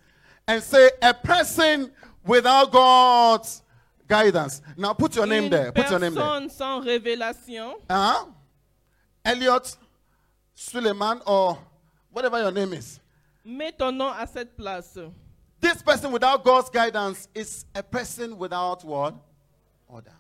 Speaker 1: and say, a person without God's guidance. Now put your name
Speaker 2: une
Speaker 1: there. Put your name there.
Speaker 2: personne sans révélation,
Speaker 1: Huh? Elliot, Suleiman, or whatever your name is.
Speaker 2: mets ton nom à cette place.
Speaker 1: This person without God's guidance is a person without what? Order.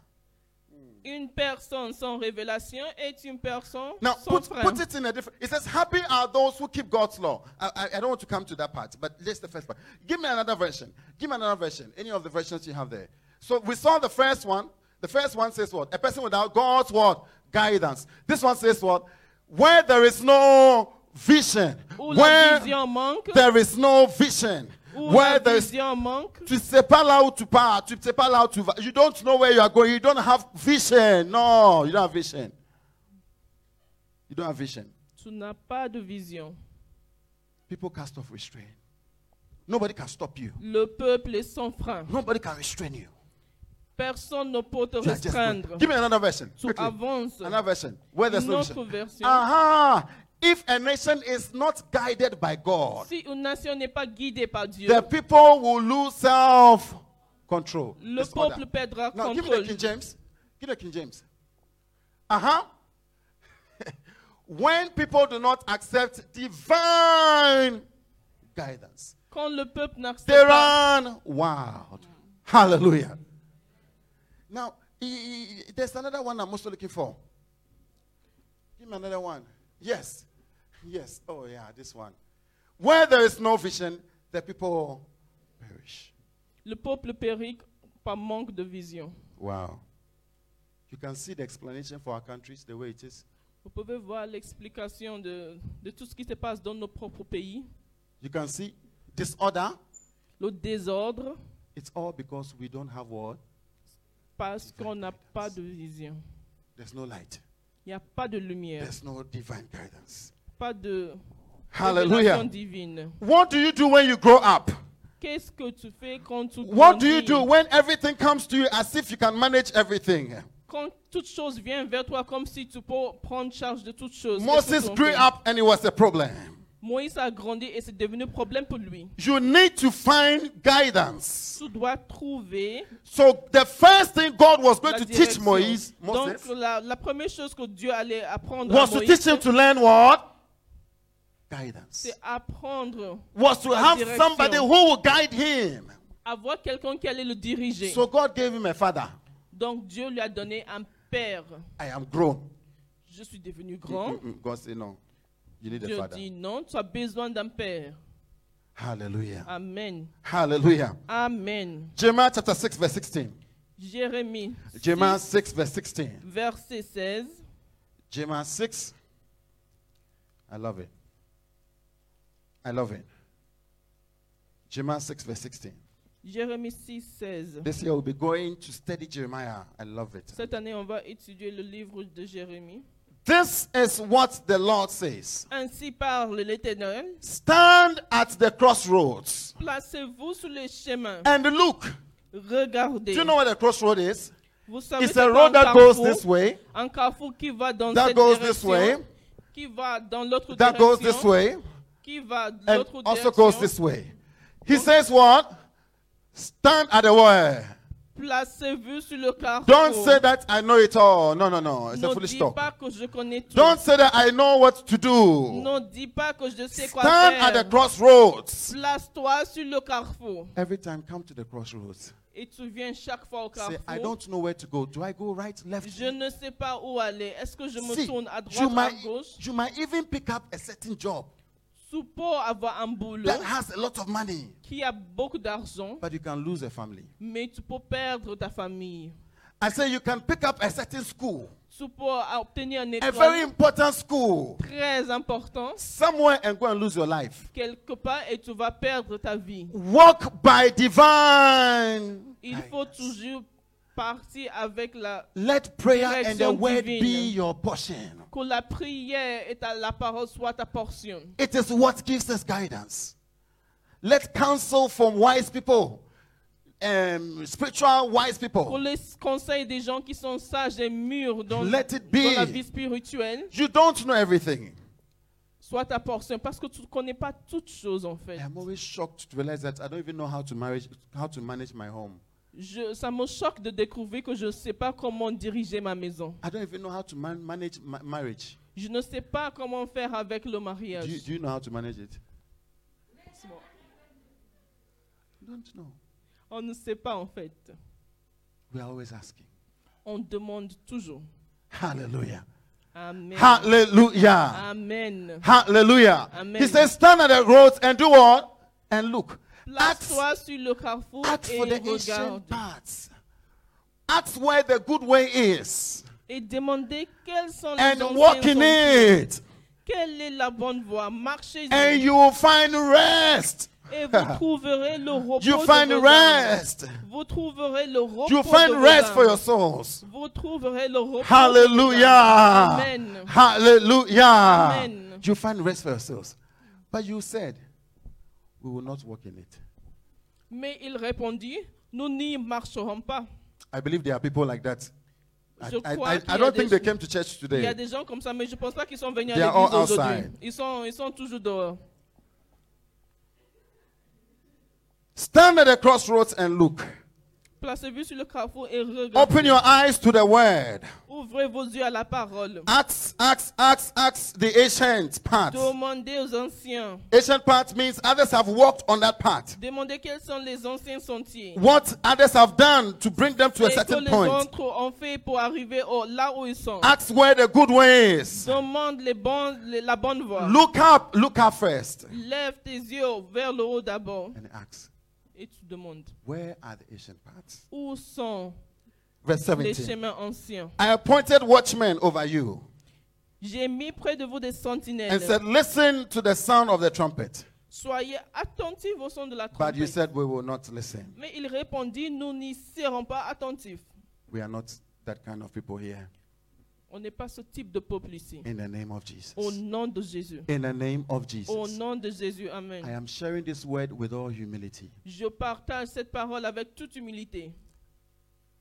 Speaker 2: Une personne sans révélation est une personne
Speaker 1: Now,
Speaker 2: sans
Speaker 1: put,
Speaker 2: frein.
Speaker 1: put it in a different. It says, "Happy are those who keep God's law." I, I, I don't want to come to that part, but just the first part. Give me another version. Give me another version. Any of the versions you have there. So we saw the first one. The first one says what? A person without God's word guidance. This one says what? Where there is no vision.
Speaker 2: Où la
Speaker 1: Where
Speaker 2: vision manque,
Speaker 1: there is no vision.
Speaker 2: où
Speaker 1: Where
Speaker 2: la
Speaker 1: there is
Speaker 2: vision manque,
Speaker 1: Tu sais pas là où tu pars, tu sais pas là où tu vas. You don't know where you are going. You don't have vision. No, you don't have vision. You don't have vision.
Speaker 2: tu n'as pas de vision.
Speaker 1: People cast off restraint. Nobody can stop you.
Speaker 2: Le peuple est sans frein.
Speaker 1: Nobody can restrain you.
Speaker 2: Personne ne peut te
Speaker 1: You are just going.
Speaker 2: restreindre.
Speaker 1: Give me another version.
Speaker 2: Tu
Speaker 1: Quickly.
Speaker 2: avances.
Speaker 1: Another version. Where there's
Speaker 2: Une
Speaker 1: no
Speaker 2: autre
Speaker 1: vision.
Speaker 2: version.
Speaker 1: Aha! If a nation is not guided by God,
Speaker 2: Si une nation n'est pas guidée par Dieu,
Speaker 1: the people will lose self control.
Speaker 2: le peuple perdra
Speaker 1: Now, give me the
Speaker 2: contrôle.
Speaker 1: King James. Give me the King James. Uh huh. when people do not accept divine guidance,
Speaker 2: Quand le peuple n'accepte
Speaker 1: they
Speaker 2: pas,
Speaker 1: run wild. Hallelujah. Now, i- i- i- there's another one I'm also looking for. Give me another one. Yes. Yes. Oh, yeah, this one. Where there is no vision, the people perish.
Speaker 2: Le peuple périt par manque de vision.
Speaker 1: Wow. You can see the explanation for our countries the way it is.
Speaker 2: Vous pouvez voir l'explication de, de tout ce qui se passe dans nos propres pays,
Speaker 1: You can see disorder.
Speaker 2: le désordre,
Speaker 1: It's all because we don't have what?
Speaker 2: parce qu'on n'a pas de vision.
Speaker 1: There's no light.
Speaker 2: Il n'y a pas de lumière,
Speaker 1: There's no divine guidance.
Speaker 2: pas de révélation
Speaker 1: Hallelujah.
Speaker 2: divine.
Speaker 1: What do you do when you grow up?
Speaker 2: Qu'est-ce que tu fais quand tu
Speaker 1: What do you
Speaker 2: grandis?
Speaker 1: do when everything comes to you as if you can manage everything?
Speaker 2: Quand toute chose vient vers toi comme si tu peux prendre charge de toute chose.
Speaker 1: Moses grew up and it was a problem.
Speaker 2: Moïse a grandi et c'est devenu problème pour lui.
Speaker 1: You need to find guidance.
Speaker 2: Tu dois trouver
Speaker 1: So the first thing God was going
Speaker 2: la
Speaker 1: to teach
Speaker 2: direction.
Speaker 1: Moise, Moses
Speaker 2: Donc la, la première chose que Dieu allait apprendre à
Speaker 1: was to
Speaker 2: Moïse,
Speaker 1: teach him to learn what? Guidance.
Speaker 2: c'est apprendre
Speaker 1: Was to
Speaker 2: la
Speaker 1: have
Speaker 2: direction.
Speaker 1: somebody who will guide him.
Speaker 2: avoir quelqu'un qui allait le diriger.
Speaker 1: So God gave him a father.
Speaker 2: Donc Dieu lui a donné un père.
Speaker 1: I am grown.
Speaker 2: Je suis devenu grand.
Speaker 1: Mm-mm, God said no. You need a
Speaker 2: Dieu
Speaker 1: Mm-hmm. father.
Speaker 2: dit non, tu as besoin d'un père.
Speaker 1: Hallelujah.
Speaker 2: Ah. Amen.
Speaker 1: Hallelujah.
Speaker 2: Amen.
Speaker 1: Jeremiah chapter 6 verse 16.
Speaker 2: Jérémie, six,
Speaker 1: Jeremiah 6 verse 16.
Speaker 2: verset 16.
Speaker 1: Jeremiah 6. I love it. I love it. Jeremiah 6 verse 16.
Speaker 2: Jérémie 6, 16.
Speaker 1: This year we'll be going to study Jeremiah. I love it.
Speaker 2: Cette année, on va étudier le livre de Jérémie.
Speaker 1: This is what the Lord says.
Speaker 2: Ainsi parle l'Éternel.
Speaker 1: Stand at the crossroads
Speaker 2: Placez-vous sur le chemin.
Speaker 1: and look.
Speaker 2: Regardez.
Speaker 1: Do you know what a crossroad is?
Speaker 2: Vous savez
Speaker 1: It's
Speaker 2: c'est
Speaker 1: a
Speaker 2: quoi
Speaker 1: road
Speaker 2: un
Speaker 1: that goes
Speaker 2: carrefour?
Speaker 1: this way,
Speaker 2: Un carrefour qui va dans
Speaker 1: That
Speaker 2: cette
Speaker 1: goes
Speaker 2: direction.
Speaker 1: this way.
Speaker 2: Qui va dans l'autre
Speaker 1: that
Speaker 2: direction.
Speaker 1: goes this way,
Speaker 2: Qui va de
Speaker 1: and
Speaker 2: l'autre
Speaker 1: also
Speaker 2: direction.
Speaker 1: goes this way. He says what? Stand at the way.
Speaker 2: Placez-vous sur le carrefour.
Speaker 1: Don't say that I know it all. No, no, no. It's a
Speaker 2: Ne
Speaker 1: foolish
Speaker 2: dis
Speaker 1: talk.
Speaker 2: pas que je connais tout.
Speaker 1: Don't say that I know what to do.
Speaker 2: Ne dis pas que je sais quoi
Speaker 1: Stand at the
Speaker 2: faire.
Speaker 1: crossroads.
Speaker 2: Place-toi sur le carrefour.
Speaker 1: Every time come to the crossroads.
Speaker 2: Et tu viens chaque fois au
Speaker 1: Say,
Speaker 2: carrefour.
Speaker 1: I don't know where to go. Do I go right, left?
Speaker 2: Je ne sais pas où aller. Est-ce que je me
Speaker 1: See,
Speaker 2: tourne à droite
Speaker 1: you
Speaker 2: ou à
Speaker 1: might,
Speaker 2: gauche?
Speaker 1: you might even pick up a certain job
Speaker 2: Tu peux avoir un boulot
Speaker 1: that has a lot of money,
Speaker 2: qui a beaucoup d'argent,
Speaker 1: but you can lose a family.
Speaker 2: mais tu peux perdre ta famille.
Speaker 1: I say you can pick up a certain school,
Speaker 2: Tu peux obtenir un
Speaker 1: a very
Speaker 2: étoile
Speaker 1: important school,
Speaker 2: très important
Speaker 1: somewhere and go and lose your life.
Speaker 2: quelque part et tu vas perdre ta vie.
Speaker 1: Walk by divine.
Speaker 2: Il
Speaker 1: guidance.
Speaker 2: faut toujours partir avec la
Speaker 1: Let prayer and the
Speaker 2: Direction
Speaker 1: word
Speaker 2: divine.
Speaker 1: be your portion.
Speaker 2: que la prière et ta- la parole soient ta portion.
Speaker 1: It is what gives us guidance. Let counsel from wise people, um, spiritual wise
Speaker 2: Pour
Speaker 1: people.
Speaker 2: les conseils des gens qui sont sages et mûrs dans,
Speaker 1: Let it be.
Speaker 2: dans la vie spirituelle,
Speaker 1: You don't know everything.
Speaker 2: soit ta portion, parce que tu ne connais pas toutes choses en fait.
Speaker 1: I'm always shocked to realize that I don't even know how to manage how to manage my home.
Speaker 2: Je- ça me choque de découvrir que je ne sais pas comment diriger ma maison.
Speaker 1: I don't even know how to man- manage ma- marriage.
Speaker 2: Je ne sais pas comment faire avec le mariage.
Speaker 1: Do you, do you know how to manage it? Don't know.
Speaker 2: On ne sait pas en fait.
Speaker 1: We are always asking.
Speaker 2: On demande toujours.
Speaker 1: Hallelujah.
Speaker 2: Amen.
Speaker 1: Hallelujah.
Speaker 2: Amen.
Speaker 1: Hallelujah.
Speaker 2: Amen.
Speaker 1: He says, stand at the roads and do what? And look. Ask,
Speaker 2: Place-toi sur le carrefour
Speaker 1: ask
Speaker 2: et
Speaker 1: for the
Speaker 2: regarde.
Speaker 1: ancient paths. Ask where the good way is.
Speaker 2: Et demandez quelles sont les
Speaker 1: And
Speaker 2: anciennes
Speaker 1: walk in
Speaker 2: sentiers.
Speaker 1: it.
Speaker 2: Quelle est la bonne voie? Marchez
Speaker 1: And you will find rest.
Speaker 2: et vous trouverez le repos
Speaker 1: You
Speaker 2: de
Speaker 1: find
Speaker 2: vos âmes.
Speaker 1: rest.
Speaker 2: Vous trouverez le repos
Speaker 1: You
Speaker 2: de
Speaker 1: find
Speaker 2: vos
Speaker 1: rest for
Speaker 2: âmes.
Speaker 1: your souls.
Speaker 2: Vous trouverez le repos. de vos âmes.
Speaker 1: Hallelujah.
Speaker 2: Amen.
Speaker 1: Hallelujah.
Speaker 2: Amen.
Speaker 1: You find rest for yourselves. But you said, we will not walk in it.
Speaker 2: Mais il répondit, nous n'y marcherons pas.
Speaker 1: I believe there are people like that. I,
Speaker 2: Je
Speaker 1: I-
Speaker 2: crois
Speaker 1: I-
Speaker 2: qu'il
Speaker 1: I
Speaker 2: y a
Speaker 1: don't
Speaker 2: des
Speaker 1: think they
Speaker 2: gens-
Speaker 1: came to church
Speaker 2: Il y a
Speaker 1: today.
Speaker 2: des gens comme ça, mais je pense pas qu'ils sont venus
Speaker 1: They
Speaker 2: à
Speaker 1: are all
Speaker 2: l'église aujourd'hui.
Speaker 1: outside.
Speaker 2: Ils sont, ils sont toujours dehors.
Speaker 1: Stand at the crossroads and look.
Speaker 2: Placez-vous sur le carrefour et regardez.
Speaker 1: Open your eyes to the word.
Speaker 2: Ouvrez vos yeux à la parole.
Speaker 1: Acts, Acts, Acts, Acts, the ancient path.
Speaker 2: Demandez aux anciens.
Speaker 1: Ancient path means others have walked on that path.
Speaker 2: Demandez quels sont les anciens sentiers.
Speaker 1: What others have done to bring them to a
Speaker 2: Et que
Speaker 1: certain
Speaker 2: les
Speaker 1: point. Ah.
Speaker 2: autres ont fait pour arriver au- là où ils sont.
Speaker 1: Ask where the good way is.
Speaker 2: Demande les bons- les- la bonne voie.
Speaker 1: Look up, look up first.
Speaker 2: Lève tes yeux vers le haut d'abord
Speaker 1: And ask,
Speaker 2: et tu demandes
Speaker 1: where are the ancient paths?
Speaker 2: où sont
Speaker 1: Verse
Speaker 2: les
Speaker 1: 17.
Speaker 2: chemins anciens.
Speaker 1: I appointed watchmen over you
Speaker 2: J'ai mis près de vous des
Speaker 1: and uh,
Speaker 2: sentinelles.
Speaker 1: said, listen to the sound of the trumpet.
Speaker 2: Soyez attentifs au son de la
Speaker 1: But you
Speaker 2: trompette.
Speaker 1: said, we will not listen.
Speaker 2: Mais il répondit, nous n'y serons pas attentifs.
Speaker 1: We are not that kind of people here.
Speaker 2: On n'est pas ce type de peuple ici.
Speaker 1: In the name of
Speaker 2: Au
Speaker 1: Jesus.
Speaker 2: nom de Jésus.
Speaker 1: In the name of
Speaker 2: Au
Speaker 1: Jesus.
Speaker 2: nom de Jésus,
Speaker 1: I
Speaker 2: Amen.
Speaker 1: am sharing this word with all humility.
Speaker 2: Je partage cette parole avec toute humilité.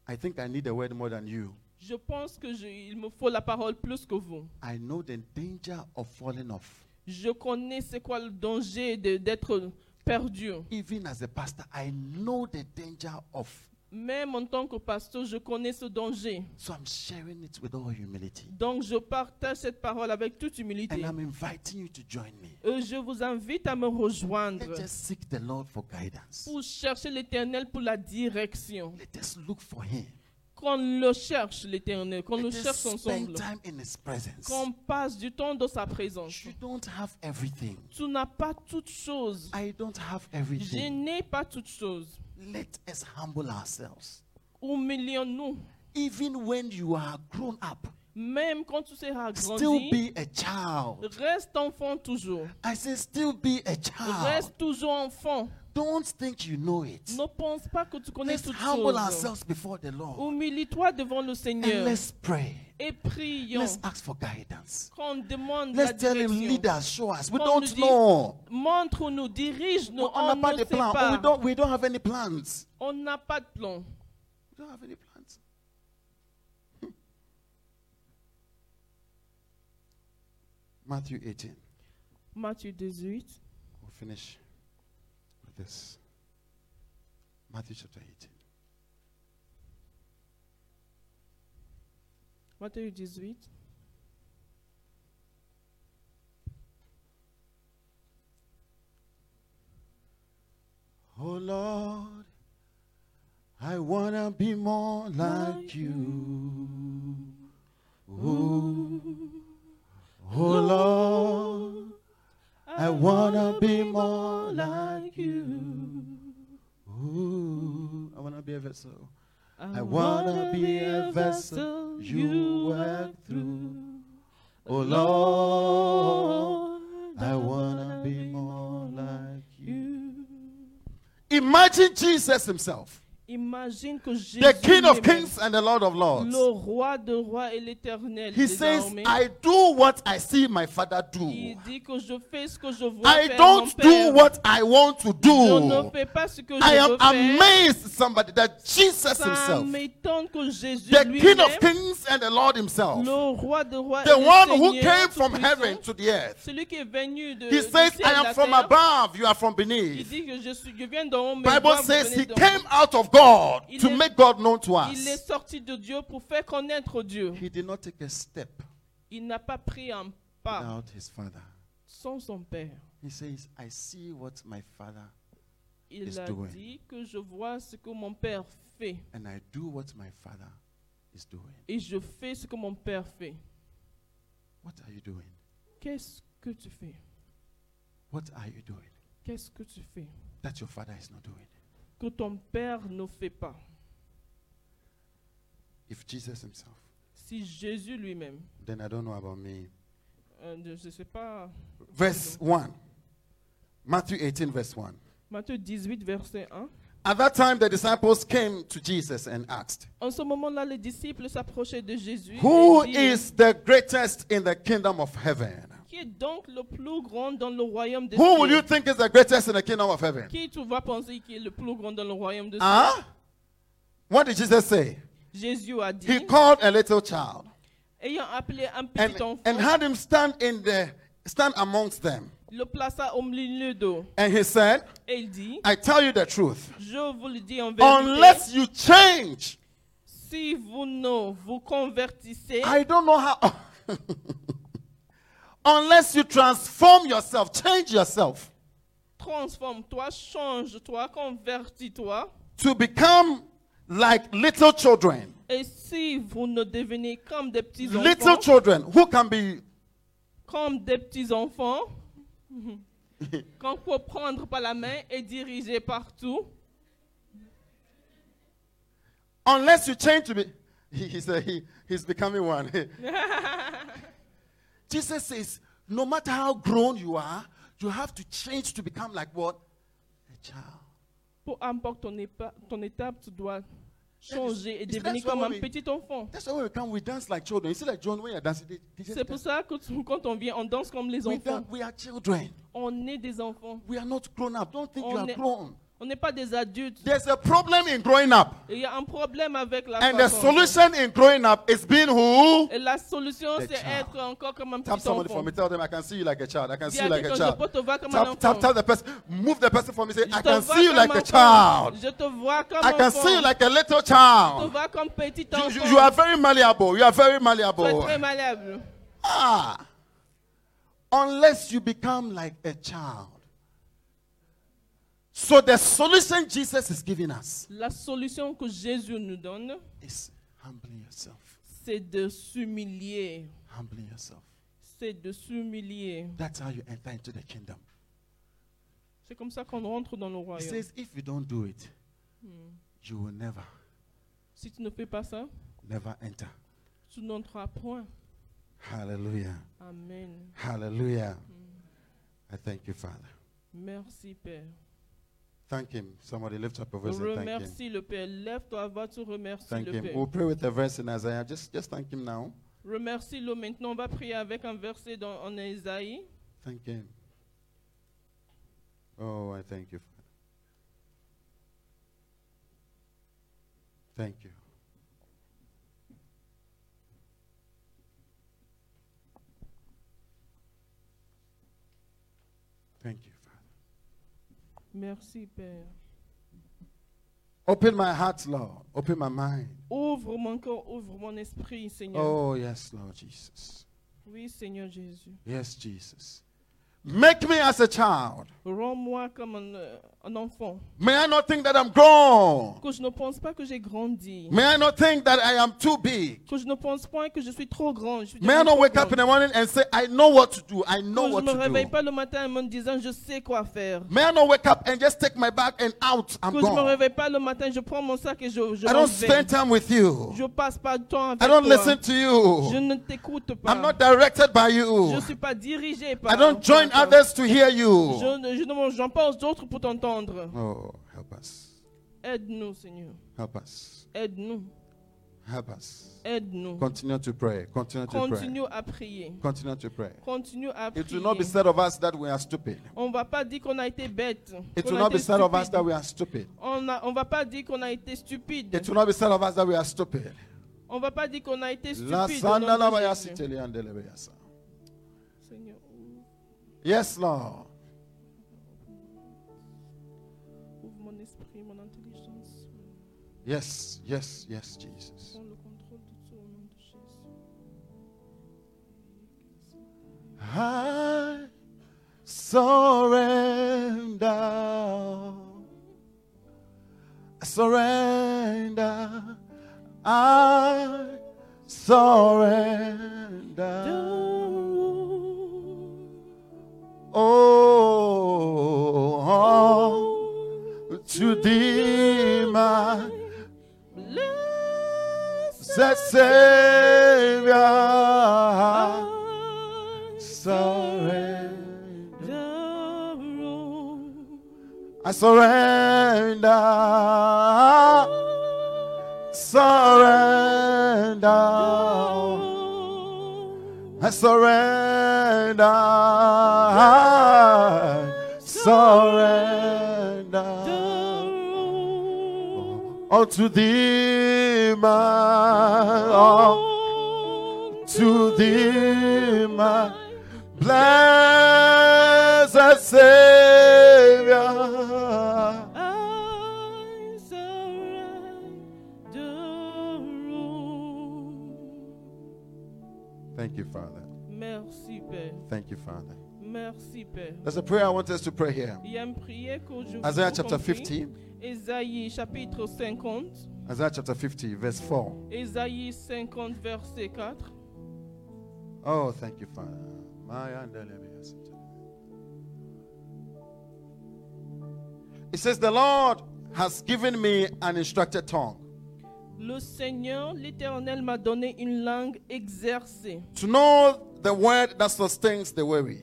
Speaker 1: I think I need the word more than you.
Speaker 2: Je pense que je- il me faut la parole plus que vous.
Speaker 1: I know the danger of falling off.
Speaker 2: Je connais c'est quoi le danger de- d'être perdu.
Speaker 1: Even as a pastor, I know the danger of.
Speaker 2: Même en tant que pasteur, je connais ce danger.
Speaker 1: So I'm sharing it with all humility.
Speaker 2: Donc je partage cette parole avec toute humilité.
Speaker 1: And I'm inviting you to join me.
Speaker 2: Et je vous invite à me rejoindre
Speaker 1: Let us seek the Lord for guidance.
Speaker 2: pour chercher l'Éternel pour la direction.
Speaker 1: Let us look for Him.
Speaker 2: Qu'on le cherche, l'Éternel, qu'on
Speaker 1: Let
Speaker 2: le
Speaker 1: us
Speaker 2: cherche
Speaker 1: spend
Speaker 2: ensemble.
Speaker 1: time in His presence.
Speaker 2: Qu'on passe du temps dans sa présence.
Speaker 1: You don't have everything.
Speaker 2: Tu n'as pas toute chose.
Speaker 1: I don't have
Speaker 2: Je
Speaker 1: everything.
Speaker 2: n'ai pas toute chose.
Speaker 1: Let us humble ourselves.
Speaker 2: Humilions-nous.
Speaker 1: Even when you are grown up,
Speaker 2: Même quand tu seras
Speaker 1: still
Speaker 2: grandi,
Speaker 1: be a child.
Speaker 2: reste enfant toujours.
Speaker 1: I say, still be a child.
Speaker 2: Reste toujours enfant.
Speaker 1: Don't think you know it.
Speaker 2: Ne pense pas que tu connais
Speaker 1: Let's
Speaker 2: toute
Speaker 1: humble
Speaker 2: chose.
Speaker 1: ourselves before the Lord
Speaker 2: Humilie-toi devant le
Speaker 1: and
Speaker 2: Seigneur
Speaker 1: let's pray.
Speaker 2: et prions
Speaker 1: Let's ask for guidance.
Speaker 2: qu'on demande la
Speaker 1: Let's tell Him, lead
Speaker 2: direction.
Speaker 1: us, show us. We
Speaker 2: Qu'on nous
Speaker 1: don't
Speaker 2: dit,
Speaker 1: know.
Speaker 2: Montre-nous, dirige-nous.
Speaker 1: On
Speaker 2: On
Speaker 1: n'a pas
Speaker 2: ne
Speaker 1: de
Speaker 2: sait
Speaker 1: plan. Oh, we
Speaker 2: pas.
Speaker 1: don't. We don't have any plans.
Speaker 2: On n'a pas de plan.
Speaker 1: We don't have any plans. Hmm. Matthew 18.
Speaker 2: Matthieu 18,
Speaker 1: We'll finish with this. Matthew chapter 18.
Speaker 2: Matthieu 18,
Speaker 1: Oh Lord, I wanna be more like
Speaker 2: Like
Speaker 1: you. Ooh. Oh Lord, I wanna be more like you. Ooh. I wanna be a vessel. I wanna be a vessel you work through. Oh Lord, I wanna be more like you. Imagine Jesus himself,
Speaker 2: Imagine que Jésus,
Speaker 1: the King of
Speaker 2: lui-même,
Speaker 1: Kings and the Lord of Lords.
Speaker 2: le roi de rois et l'éternel,
Speaker 1: He
Speaker 2: des
Speaker 1: says,
Speaker 2: armées,
Speaker 1: I do what I see my father do.
Speaker 2: il dit que je fais ce que je vois
Speaker 1: I
Speaker 2: faire mon
Speaker 1: don't do
Speaker 2: père.
Speaker 1: what I want to
Speaker 2: je ne
Speaker 1: do.
Speaker 2: fais pas ce que
Speaker 1: I
Speaker 2: je
Speaker 1: am
Speaker 2: veux faire.
Speaker 1: amazed, somebody, that Jesus
Speaker 2: Ça
Speaker 1: Himself,
Speaker 2: m'étonne que Jésus
Speaker 1: the King of
Speaker 2: lui-même,
Speaker 1: Kings and the Lord Himself,
Speaker 2: le roi de rois, et
Speaker 1: the
Speaker 2: le
Speaker 1: one who
Speaker 2: Seigneur
Speaker 1: came from
Speaker 2: Tout-Puissant,
Speaker 1: heaven to the earth,
Speaker 2: celui qui est venu de
Speaker 1: He
Speaker 2: du
Speaker 1: says,
Speaker 2: ciel
Speaker 1: I
Speaker 2: à la
Speaker 1: am from
Speaker 2: terre,
Speaker 1: above, you are from
Speaker 2: Il
Speaker 1: beneath.
Speaker 2: dit que je suis, je viens d'en haut, mais
Speaker 1: Bible
Speaker 2: moi, vous
Speaker 1: says
Speaker 2: venez
Speaker 1: He
Speaker 2: d'en
Speaker 1: came
Speaker 2: haut.
Speaker 1: out of God
Speaker 2: Il
Speaker 1: to
Speaker 2: est-
Speaker 1: make God known to
Speaker 2: Il est
Speaker 1: us.
Speaker 2: sorti de Dieu pour faire connaître Dieu.
Speaker 1: He did not take a step
Speaker 2: Il n'a pas pris un pas
Speaker 1: without His Father.
Speaker 2: sans son père.
Speaker 1: He says, I see what my Father
Speaker 2: Il
Speaker 1: Is
Speaker 2: a
Speaker 1: doing.
Speaker 2: dit que je vois ce que mon père fait
Speaker 1: and I do what my Father is doing.
Speaker 2: et je fais ce que mon père fait.
Speaker 1: What are you doing?
Speaker 2: Qu'est-ce que tu fais
Speaker 1: What are you doing
Speaker 2: Qu'est-ce que tu fais
Speaker 1: that your father is not doing?
Speaker 2: que ton père ne fait pas
Speaker 1: If Jesus himself,
Speaker 2: Si Jésus lui-même,
Speaker 1: then I don't know about me.
Speaker 2: euh, je ne sais pas,
Speaker 1: Verse 1. Matthew 18, verse 1.
Speaker 2: Matthieu 18, verset 1.
Speaker 1: At that time, the disciples came to Jesus and asked,
Speaker 2: En ce moment-là, les disciples s'approchaient de Jésus. et
Speaker 1: Who
Speaker 2: dirent,
Speaker 1: is the greatest in the kingdom of heaven?
Speaker 2: Qui est donc le plus grand dans le royaume des
Speaker 1: Who will
Speaker 2: cieux?
Speaker 1: you think is the greatest in the kingdom of heaven?
Speaker 2: Qui tu vas penser qui est le plus grand dans le royaume des cieux?
Speaker 1: Huh? What did Jesus say?
Speaker 2: Jésus a dit,
Speaker 1: He called a little child
Speaker 2: ayant appelé un petit
Speaker 1: and,
Speaker 2: enfant,
Speaker 1: and had him stand in the stand amongst them.
Speaker 2: le plaça au milieu d'eau
Speaker 1: And he said,
Speaker 2: et il dit,
Speaker 1: I tell you the truth.
Speaker 2: je vous le dis en vérité,
Speaker 1: Unless you change,
Speaker 2: si vous ne vous convertissez,
Speaker 1: I don't know how. Unless you transform yourself, change yourself
Speaker 2: transforme-toi, change-toi, convertis-toi,
Speaker 1: to become like little children.
Speaker 2: et si vous ne devenez comme des petits
Speaker 1: Little
Speaker 2: enfants,
Speaker 1: children who can be
Speaker 2: comme des petits enfants, qu'on peut prendre par la main et diriger partout,
Speaker 1: unless you change to be he, he said he, he's becoming one jesus says no matter how grown you are you have to change to become like what a child
Speaker 2: peu importe ton, épa- ton étape, tu dois changer et
Speaker 1: It's- it's
Speaker 2: devenir
Speaker 1: that's
Speaker 2: comme
Speaker 1: what
Speaker 2: un
Speaker 1: we-
Speaker 2: petit enfant.
Speaker 1: that's why when we come we dance like children you see like john when you're dancing they, they just
Speaker 2: C'est pour
Speaker 1: dance.
Speaker 2: ça que tu- quand on vient, on danse comme les
Speaker 1: we,
Speaker 2: enfants.
Speaker 1: dan- we are children
Speaker 2: On est des enfants.
Speaker 1: we are not grown up don't think
Speaker 2: On
Speaker 1: you
Speaker 2: est-
Speaker 1: are grown
Speaker 2: On n'est pas des adultes.
Speaker 1: there's a problem in growing up
Speaker 2: Et Il y a un problème avec la
Speaker 1: and the
Speaker 2: façon-
Speaker 1: solution in growing up is being who
Speaker 2: Et la solution,
Speaker 1: The
Speaker 2: c'est
Speaker 1: child.
Speaker 2: être encore comme un petit
Speaker 1: Tap somebody
Speaker 2: enfant.
Speaker 1: for me. Tell them I can see you like a child. I can
Speaker 2: Dis
Speaker 1: see
Speaker 2: à
Speaker 1: you like
Speaker 2: quelqu'un,
Speaker 1: a
Speaker 2: je peux
Speaker 1: child.
Speaker 2: te voir comme un enfant.
Speaker 1: Tap, tap, tap the person. Move the person for me. Say,
Speaker 2: Je
Speaker 1: I
Speaker 2: te
Speaker 1: can
Speaker 2: vois
Speaker 1: see you
Speaker 2: comme
Speaker 1: like a
Speaker 2: enfant.
Speaker 1: child.
Speaker 2: Je te vois comme
Speaker 1: I can
Speaker 2: enfant.
Speaker 1: see you like a little
Speaker 2: Je te
Speaker 1: child.
Speaker 2: vois comme petit enfant.
Speaker 1: You, you- you are very malleable. You are very
Speaker 2: Tu es très
Speaker 1: malleable.
Speaker 2: malléable.
Speaker 1: Ah. Unless you become like a child. So the solution Jesus is giving us
Speaker 2: La solution que Jésus nous donne,
Speaker 1: is humbling yourself.
Speaker 2: c'est de s'humilier.
Speaker 1: Humbling yourself.
Speaker 2: C'est de s'humilier.
Speaker 1: That's how you enter into the kingdom.
Speaker 2: C'est comme ça qu'on rentre dans le
Speaker 1: He
Speaker 2: royaume.
Speaker 1: says, if you Hmm. don't do it, you will never,
Speaker 2: Si tu ne fais pas ça,
Speaker 1: never enter.
Speaker 2: tu n'entreras point.
Speaker 1: Hallelujah.
Speaker 2: Amen.
Speaker 1: Hallelujah. I thank you, Father.
Speaker 2: Merci, Père.
Speaker 1: Thank Him. Somebody lift up a
Speaker 2: On
Speaker 1: voice and thank Him.
Speaker 2: Remercie le Père. Lève-toi, va, tu remercies
Speaker 1: Thank
Speaker 2: le
Speaker 1: Him.
Speaker 2: Père.
Speaker 1: We'll pray with a verse in Isaiah. Just, just thank Him now.
Speaker 2: Remercie-le maintenant. On va prier avec un verset dans, en Isaïe.
Speaker 1: Thank Him. Oh, I thank you, Father. Thank you. Thank you, Father.
Speaker 2: Merci, Père.
Speaker 1: Open my heart, Lord. Open my mind.
Speaker 2: Ouvre mon cœur, ouvre mon esprit, Seigneur.
Speaker 1: Oh, yes, Lord Jesus.
Speaker 2: Oui, Seigneur Jésus.
Speaker 1: Yes, Jesus. Make me as a child.
Speaker 2: Rends-moi comme un, euh, un enfant.
Speaker 1: May I not think that I'm grown.
Speaker 2: Que je ne pense pas que j'ai grandi.
Speaker 1: May I not think that I am too big.
Speaker 2: Que je ne pense point que je suis trop grand. Je suis
Speaker 1: May I
Speaker 2: devenue
Speaker 1: not
Speaker 2: trop
Speaker 1: wake up in
Speaker 2: grande.
Speaker 1: the morning and say, I know what to do. I know
Speaker 2: Que je
Speaker 1: what
Speaker 2: ne me réveille
Speaker 1: to do.
Speaker 2: pas le matin en me disant je sais quoi faire.
Speaker 1: May I not wake up and just take my bag and out. I'm
Speaker 2: Que je ne me
Speaker 1: gone.
Speaker 2: réveille pas le matin, je prends mon sac et je, je
Speaker 1: I
Speaker 2: m'en
Speaker 1: don't
Speaker 2: vais.
Speaker 1: spend time with
Speaker 2: Je
Speaker 1: you.
Speaker 2: passe pas de temps avec
Speaker 1: I don't
Speaker 2: toi.
Speaker 1: listen to
Speaker 2: Je
Speaker 1: you.
Speaker 2: ne t'écoute pas.
Speaker 1: I'm not directed by
Speaker 2: Je
Speaker 1: you.
Speaker 2: ne suis pas dirigé par
Speaker 1: I don't join
Speaker 2: par-
Speaker 1: others to hear
Speaker 2: Je,
Speaker 1: you.
Speaker 2: ne- je ne m'en- j'en pense d'autres pour t'entendre.
Speaker 1: Oh, help us.
Speaker 2: Aide-nous, Seigneur.
Speaker 1: Help us.
Speaker 2: Aide-nous.
Speaker 1: Help us.
Speaker 2: Aide-nous.
Speaker 1: Continue to pray. Continue to pray.
Speaker 2: Continue à prier.
Speaker 1: Continue to pray.
Speaker 2: Continue à
Speaker 1: It
Speaker 2: prier.
Speaker 1: will not be said of us that we are stupid.
Speaker 2: On ne va pas dire qu'on a été bête.
Speaker 1: It
Speaker 2: qu'on
Speaker 1: will
Speaker 2: a
Speaker 1: not be
Speaker 2: été
Speaker 1: said of us
Speaker 2: stupide.
Speaker 1: that we are stupid.
Speaker 2: On a- on ne va pas dire qu'on a été stupide.
Speaker 1: It will not be said of us that we are stupid.
Speaker 2: On ne va pas dire qu'on a été stupide.
Speaker 1: La
Speaker 2: au nom
Speaker 1: sanda
Speaker 2: de
Speaker 1: la baya
Speaker 2: Jésus.
Speaker 1: siteli andelebe yasa.
Speaker 2: Seigneur, ouvre-
Speaker 1: Yes, Lord.
Speaker 2: ouvre mon esprit, mon intelligence.
Speaker 1: Yes, yes, yes, Jesus.
Speaker 2: Prends le contrôle de tout au nom de Jésus.
Speaker 1: I surrender. I surrender. I surrender. Oh, to thee, my blessed Savior, surrender. I surrender, surrender. I surrender, I surrender. Oh, All to thee, my all oh. to thee, my blessed Thank you, Father.
Speaker 2: Merci, Père.
Speaker 1: Thank you, Father.
Speaker 2: Merci, Père.
Speaker 1: There's a prayer I want us to pray here.
Speaker 2: Il y a une prière que je vous
Speaker 1: Isaiah chapter
Speaker 2: confie.
Speaker 1: 50,
Speaker 2: Ésaïe chapitre 50.
Speaker 1: Isaiah chapter 50, verse 4.
Speaker 2: Ésaïe 50, verset 4.
Speaker 1: Oh, thank you, Father. My undelivers. It says, The Lord has given me an instructed tongue
Speaker 2: Le Seigneur, l'Éternel, m'a donné une langue exercée
Speaker 1: to know the word that sustains the weary.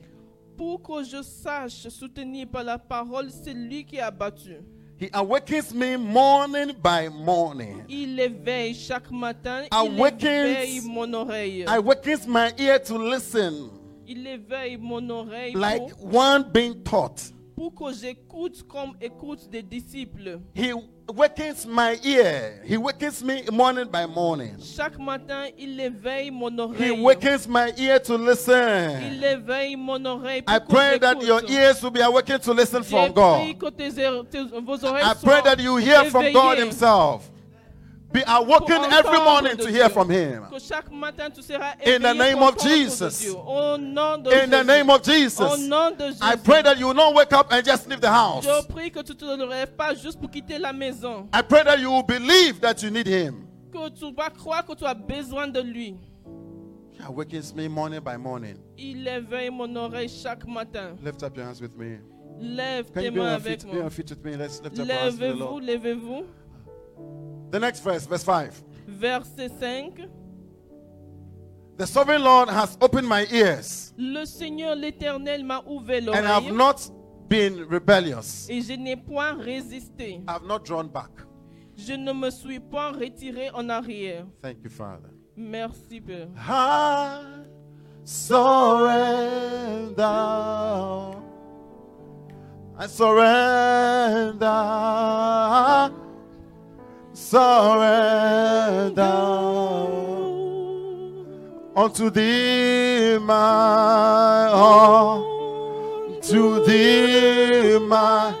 Speaker 2: pour que je sache soutenir par la parole celui qui est abattu.
Speaker 1: He awakens me morning by morning.
Speaker 2: Il éveille chaque matin, il
Speaker 1: Awakens-
Speaker 2: éveille mon oreille.
Speaker 1: I wakens my ear to listen,
Speaker 2: Il éveille mon oreille
Speaker 1: like
Speaker 2: pour,
Speaker 1: one being taught.
Speaker 2: pour que j'écoute comme écoute des disciples.
Speaker 1: He wakens my ear. He wakens me morning by morning.
Speaker 2: Chaque matin, il éveille mon
Speaker 1: He
Speaker 2: oreille.
Speaker 1: wakens my ear to
Speaker 2: Il
Speaker 1: listen.
Speaker 2: éveille mon oreille pour
Speaker 1: I
Speaker 2: que
Speaker 1: pray that
Speaker 2: j'écoute.
Speaker 1: your ears will be awakened to listen
Speaker 2: J'ai
Speaker 1: from
Speaker 2: prié
Speaker 1: God.
Speaker 2: que tes oreilles- tes- vos oreilles
Speaker 1: I pray
Speaker 2: soient
Speaker 1: that you hear from God
Speaker 2: éveillées
Speaker 1: Himself. Be
Speaker 2: pour
Speaker 1: awoken
Speaker 2: entendre
Speaker 1: every morning
Speaker 2: de
Speaker 1: to
Speaker 2: Dieu.
Speaker 1: hear from Him.
Speaker 2: Que chaque matin tu seras
Speaker 1: In the
Speaker 2: éveillé
Speaker 1: name
Speaker 2: pour
Speaker 1: of
Speaker 2: entendre de
Speaker 1: Jesus.
Speaker 2: Dieu. Au nom de
Speaker 1: In the
Speaker 2: Jésus.
Speaker 1: name of
Speaker 2: Au
Speaker 1: Jesus,
Speaker 2: nom de Jésus.
Speaker 1: I pray that you will not wake up and just leave the house.
Speaker 2: Je prie que tu te ne lèves pas juste pour quitter la maison.
Speaker 1: I pray that you will believe that you need Him.
Speaker 2: Que tu vas croire que tu as besoin de lui.
Speaker 1: He awakens me morning by morning.
Speaker 2: Il éveille mon oreille chaque matin.
Speaker 1: Lift up your hands with me.
Speaker 2: Lève
Speaker 1: Can
Speaker 2: tes
Speaker 1: you be
Speaker 2: mains
Speaker 1: on
Speaker 2: avec
Speaker 1: feet, be
Speaker 2: moi.
Speaker 1: on feet with me? Let's lift up our hands to the
Speaker 2: Levez-vous,
Speaker 1: Lord.
Speaker 2: levez-vous.
Speaker 1: The next verse, verse 5.
Speaker 2: Verset 5.
Speaker 1: The sovereign Lord has opened my ears,
Speaker 2: Le Seigneur l'Éternel m'a ouvert
Speaker 1: and I have
Speaker 2: l'oreille
Speaker 1: not been rebellious.
Speaker 2: et je n'ai point résisté.
Speaker 1: I have not drawn back.
Speaker 2: Je ne me suis point retiré en arrière.
Speaker 1: Thank you, Father.
Speaker 2: Merci, Père.
Speaker 1: I surrender. I surrender. Surrender unto thee, my all. To thee, my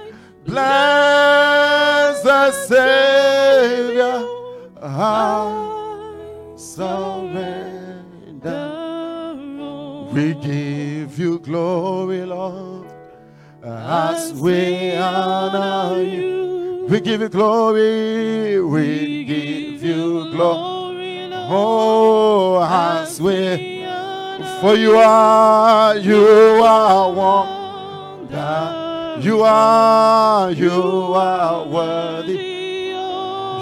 Speaker 1: blessed Savior. I surrender. We give you glory, Lord, as we honor you. We give you glory, we give you glory. Oh, as we, for you are, you are one. You are, you are worthy.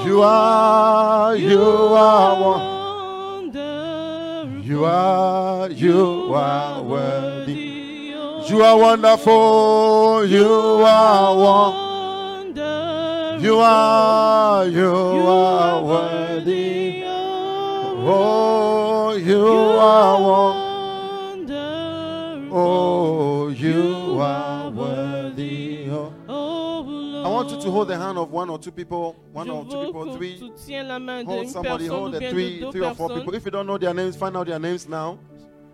Speaker 1: You are, you are one. You are, you are worthy. You are wonderful. You are one. You are, you are worthy. Oh, you are one. Oh, you are worthy. Oh. I want you to hold the hand of one or two people, one
Speaker 2: Je
Speaker 1: or two
Speaker 2: veux
Speaker 1: people,
Speaker 2: que
Speaker 1: three.
Speaker 2: tu tiennes la main
Speaker 1: Hold
Speaker 2: d'une
Speaker 1: somebody,
Speaker 2: personne ou
Speaker 1: hold the
Speaker 2: bien
Speaker 1: three,
Speaker 2: de deux
Speaker 1: three or four people.
Speaker 2: personnes.
Speaker 1: If you don't know their names, find out their names now.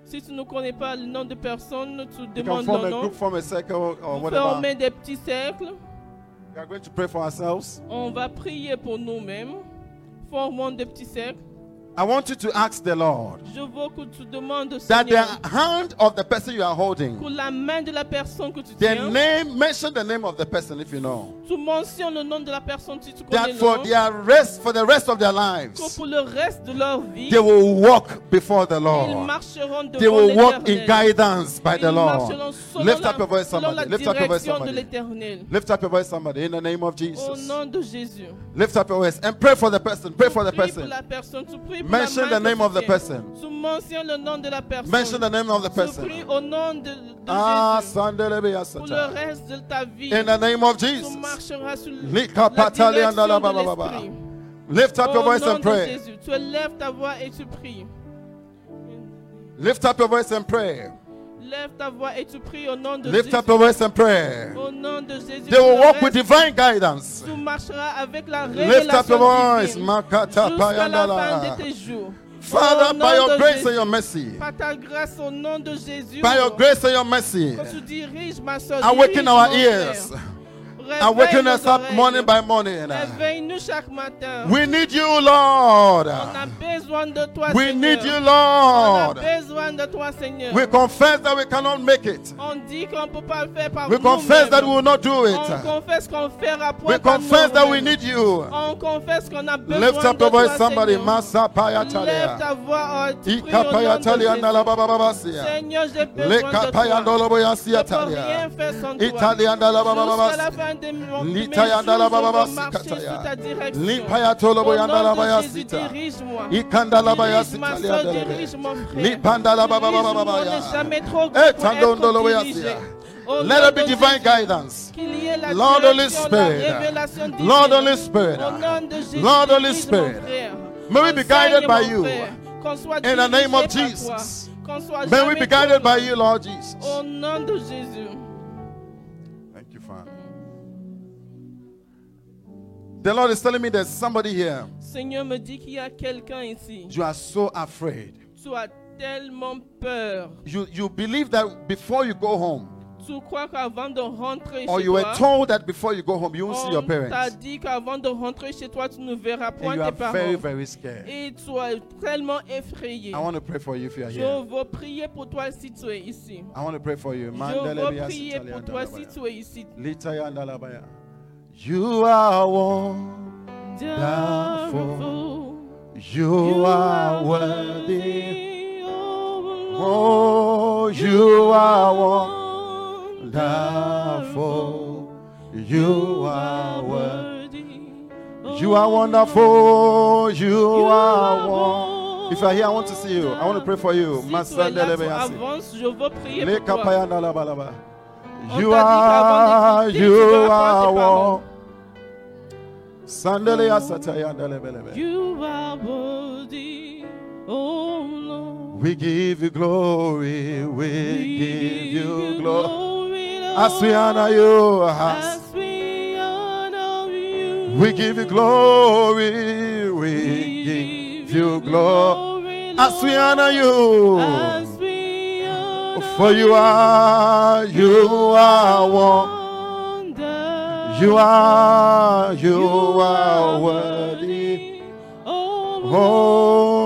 Speaker 2: Si tu ne connais pas le nom de personne, tu
Speaker 1: You can
Speaker 2: demandes
Speaker 1: form
Speaker 2: le
Speaker 1: a
Speaker 2: nom.
Speaker 1: group, form a circle, or
Speaker 2: Vous
Speaker 1: whatever.
Speaker 2: formez des petits cercles.
Speaker 1: We are going to pray for ourselves.
Speaker 2: On va prier pour nous-mêmes. Formons des petits cercles.
Speaker 1: I want you to ask the Lord
Speaker 2: Je veux que tu demandes au
Speaker 1: that
Speaker 2: Seigneur
Speaker 1: the hand of the person you are holding,
Speaker 2: que la main de la personne que tu
Speaker 1: their
Speaker 2: tiens,
Speaker 1: name, mention the name of the person if you know.
Speaker 2: tu mentionnes le nom de la personne si tu connais
Speaker 1: That
Speaker 2: le
Speaker 1: for
Speaker 2: nom.
Speaker 1: their rest, for the rest of their
Speaker 2: Que
Speaker 1: lives,
Speaker 2: pour le reste de leur vie,
Speaker 1: they will walk before the
Speaker 2: ils
Speaker 1: Lord.
Speaker 2: marcheront devant
Speaker 1: They will walk in
Speaker 2: l'Éternel.
Speaker 1: guidance by
Speaker 2: Ils
Speaker 1: the
Speaker 2: marcheront
Speaker 1: Lord.
Speaker 2: selon
Speaker 1: Lift
Speaker 2: la-
Speaker 1: up your voice,
Speaker 2: selon la
Speaker 1: somebody. Lift up your voice,
Speaker 2: direction de
Speaker 1: somebody.
Speaker 2: l'Éternel.
Speaker 1: Lift up your voice, somebody, in the name of
Speaker 2: Au
Speaker 1: Jesus.
Speaker 2: nom de Jésus.
Speaker 1: Lift up your voice and pray for the person. Pray
Speaker 2: Tu
Speaker 1: for the
Speaker 2: pries
Speaker 1: person.
Speaker 2: la personne, tu pries pour
Speaker 1: Mention
Speaker 2: la
Speaker 1: the
Speaker 2: main
Speaker 1: name
Speaker 2: que tu
Speaker 1: of the
Speaker 2: tiens.
Speaker 1: person.
Speaker 2: Tu mentionnes le nom de la personne.
Speaker 1: Mention the name of the
Speaker 2: Tu pries
Speaker 1: person.
Speaker 2: au nom de, de
Speaker 1: Ah,
Speaker 2: Jésus.
Speaker 1: Sandelebe
Speaker 2: Pour le
Speaker 1: Yasata.
Speaker 2: reste de ta vie,
Speaker 1: In the name of
Speaker 2: tu
Speaker 1: Jesus.
Speaker 2: marcheras sur la
Speaker 1: Lika patale
Speaker 2: direction
Speaker 1: andala
Speaker 2: de
Speaker 1: ba ba ba.
Speaker 2: l'esprit.
Speaker 1: Lift up your
Speaker 2: Au
Speaker 1: voice
Speaker 2: nom
Speaker 1: and
Speaker 2: de
Speaker 1: pray.
Speaker 2: Jésus, tu élèves ta voix et tu pries.
Speaker 1: Lift up your voice and pray.
Speaker 2: Lève ta voix et tu pries au nom de
Speaker 1: Lift
Speaker 2: Jésus.
Speaker 1: up your voice and pray.
Speaker 2: Au nom de Jésus.
Speaker 1: They will
Speaker 2: le
Speaker 1: walk with
Speaker 2: reste,
Speaker 1: divine guidance.
Speaker 2: Tu marcheras avec la révélation
Speaker 1: Lift up your voice.
Speaker 2: divine
Speaker 1: Makata
Speaker 2: jusqu'à la fin
Speaker 1: payandala.
Speaker 2: de tes jours. Au
Speaker 1: Father,
Speaker 2: nom
Speaker 1: by your
Speaker 2: de
Speaker 1: grace
Speaker 2: Jésus.
Speaker 1: and your mercy,
Speaker 2: Par ta grâce, au nom de Jésus,
Speaker 1: by your grace and your mercy,
Speaker 2: que tu diriges ma soeur, dirige
Speaker 1: awaken our
Speaker 2: mon
Speaker 1: ears,
Speaker 2: frère.
Speaker 1: and waking us up morning by morning.
Speaker 2: Réveille-nous chaque matin.
Speaker 1: We need you, Lord.
Speaker 2: On a besoin de toi,
Speaker 1: Ah. We
Speaker 2: Seigneur.
Speaker 1: need you,
Speaker 2: On a
Speaker 1: Lord.
Speaker 2: besoin de toi, Seigneur.
Speaker 1: We confess that we cannot make it.
Speaker 2: on dit qu'on ne peut pas le faire par
Speaker 1: We
Speaker 2: nous-mêmes.
Speaker 1: confess that we will not do
Speaker 2: On
Speaker 1: it.
Speaker 2: confesse qu'on fera point
Speaker 1: We
Speaker 2: par
Speaker 1: confess that we
Speaker 2: nous-mêmes.
Speaker 1: need you.
Speaker 2: On confesse qu'on a besoin
Speaker 1: Lift up
Speaker 2: de
Speaker 1: your voice,
Speaker 2: toi,
Speaker 1: somebody.
Speaker 2: Seigneur.
Speaker 1: Massa
Speaker 2: Lève
Speaker 1: payatalia.
Speaker 2: ta voix, oh, tu pries au nom
Speaker 1: Ikapaya
Speaker 2: de
Speaker 1: talia
Speaker 2: Jésus.
Speaker 1: na la baba baba sia.
Speaker 2: Seigneur, j'ai besoin de
Speaker 1: Lekapaya
Speaker 2: toi.
Speaker 1: ndolobo ya
Speaker 2: Je ne
Speaker 1: sia
Speaker 2: peux rien
Speaker 1: talia.
Speaker 2: faire sans toi.
Speaker 1: Italia na la baba baba
Speaker 2: Jusqu'à
Speaker 1: sia.
Speaker 2: la fin de mon de mes jours,
Speaker 1: Litaya na la baba baba
Speaker 2: je veux marcher
Speaker 1: sikataya.
Speaker 2: sous ta direction.
Speaker 1: Lipaya tolobo
Speaker 2: Au
Speaker 1: ya na la
Speaker 2: nom
Speaker 1: baya
Speaker 2: de Jésus,
Speaker 1: sita.
Speaker 2: dirige-moi.
Speaker 1: Ikanda la baya
Speaker 2: Dirige
Speaker 1: sita
Speaker 2: ma soeur,
Speaker 1: lia
Speaker 2: dirige
Speaker 1: delebe.
Speaker 2: mon frère.
Speaker 1: Lipanda la baba baba
Speaker 2: Dirige-moi,
Speaker 1: baba
Speaker 2: on n'est
Speaker 1: ya. Eh,
Speaker 2: jamais trop grand pour
Speaker 1: Etando ndolobo ya
Speaker 2: être dirigé.
Speaker 1: sia.
Speaker 2: Au nom
Speaker 1: Let there
Speaker 2: de
Speaker 1: be divine
Speaker 2: Jésus,
Speaker 1: guidance.
Speaker 2: Oh, qu'il y ait la
Speaker 1: Lord Holy
Speaker 2: direction, la
Speaker 1: Spirit.
Speaker 2: révélation divine.
Speaker 1: Lord Holy Spirit.
Speaker 2: Au nom de Jésus,
Speaker 1: Lord Holy
Speaker 2: dirige mon
Speaker 1: Spirit.
Speaker 2: frère.
Speaker 1: May we be
Speaker 2: Enseigne
Speaker 1: guided by
Speaker 2: mon
Speaker 1: you.
Speaker 2: frère. Qu'on soit
Speaker 1: In the
Speaker 2: dirigé
Speaker 1: name of
Speaker 2: par toi.
Speaker 1: Jesus.
Speaker 2: Qu'on soit
Speaker 1: May we
Speaker 2: jamais
Speaker 1: be guided
Speaker 2: trop-
Speaker 1: by you, Lord Jesus.
Speaker 2: Au nom de Jésus.
Speaker 1: Thank you, Father. The Lord is telling me there's somebody here.
Speaker 2: Seigneur me dit qu'il y a quelqu'un ici.
Speaker 1: You are so afraid.
Speaker 2: Tu as tellement peur.
Speaker 1: You, you believe that before you go home,
Speaker 2: Tu crois qu'avant de rentrer
Speaker 1: or
Speaker 2: chez
Speaker 1: you were
Speaker 2: toi,
Speaker 1: told that before you go home, you won't see your
Speaker 2: on t'a
Speaker 1: parents.
Speaker 2: dit qu'avant de rentrer chez toi, tu ne verras
Speaker 1: And
Speaker 2: point
Speaker 1: you are
Speaker 2: tes parents.
Speaker 1: very, very scared.
Speaker 2: Et tu es tellement effrayé.
Speaker 1: I want to pray for you if you are
Speaker 2: Je
Speaker 1: here.
Speaker 2: veux prier pour toi si tu es ici.
Speaker 1: I want to pray for you.
Speaker 2: Je veux
Speaker 1: Mandelebea
Speaker 2: prier pour toi si
Speaker 1: sitaliandalabaya.
Speaker 2: tu es ici.
Speaker 1: Litayandalabaya. You are one. Downfall. You are worthy. Oh, you are one. wonderful. You are worthy. You
Speaker 2: oh
Speaker 1: are wonderful. You are one. If you are here, I want to see you. I want to pray for you.
Speaker 2: Si tu
Speaker 1: Master
Speaker 2: es là, tu
Speaker 1: Delebeyasi.
Speaker 2: avances, je veux prier pour toi.
Speaker 1: Lekapaya nalabalaba.
Speaker 2: On
Speaker 1: You
Speaker 2: t'a dit
Speaker 1: are,
Speaker 2: qu'avant d'exister,
Speaker 1: you
Speaker 2: tu dois
Speaker 1: are
Speaker 2: apprendre tes paroles.
Speaker 1: one. Sandeleya sataya ndelebelebe.
Speaker 2: You are worthy, oh Lord.
Speaker 1: We give you glory. We give you glory. As
Speaker 2: As
Speaker 1: we honor you, as
Speaker 2: As we honor you.
Speaker 1: we give you glory. We give you glory. As we honor
Speaker 2: As
Speaker 1: you,
Speaker 2: we honor
Speaker 1: for you are, you are one.
Speaker 2: wonder.
Speaker 1: You are, you are worthy.
Speaker 2: Oh,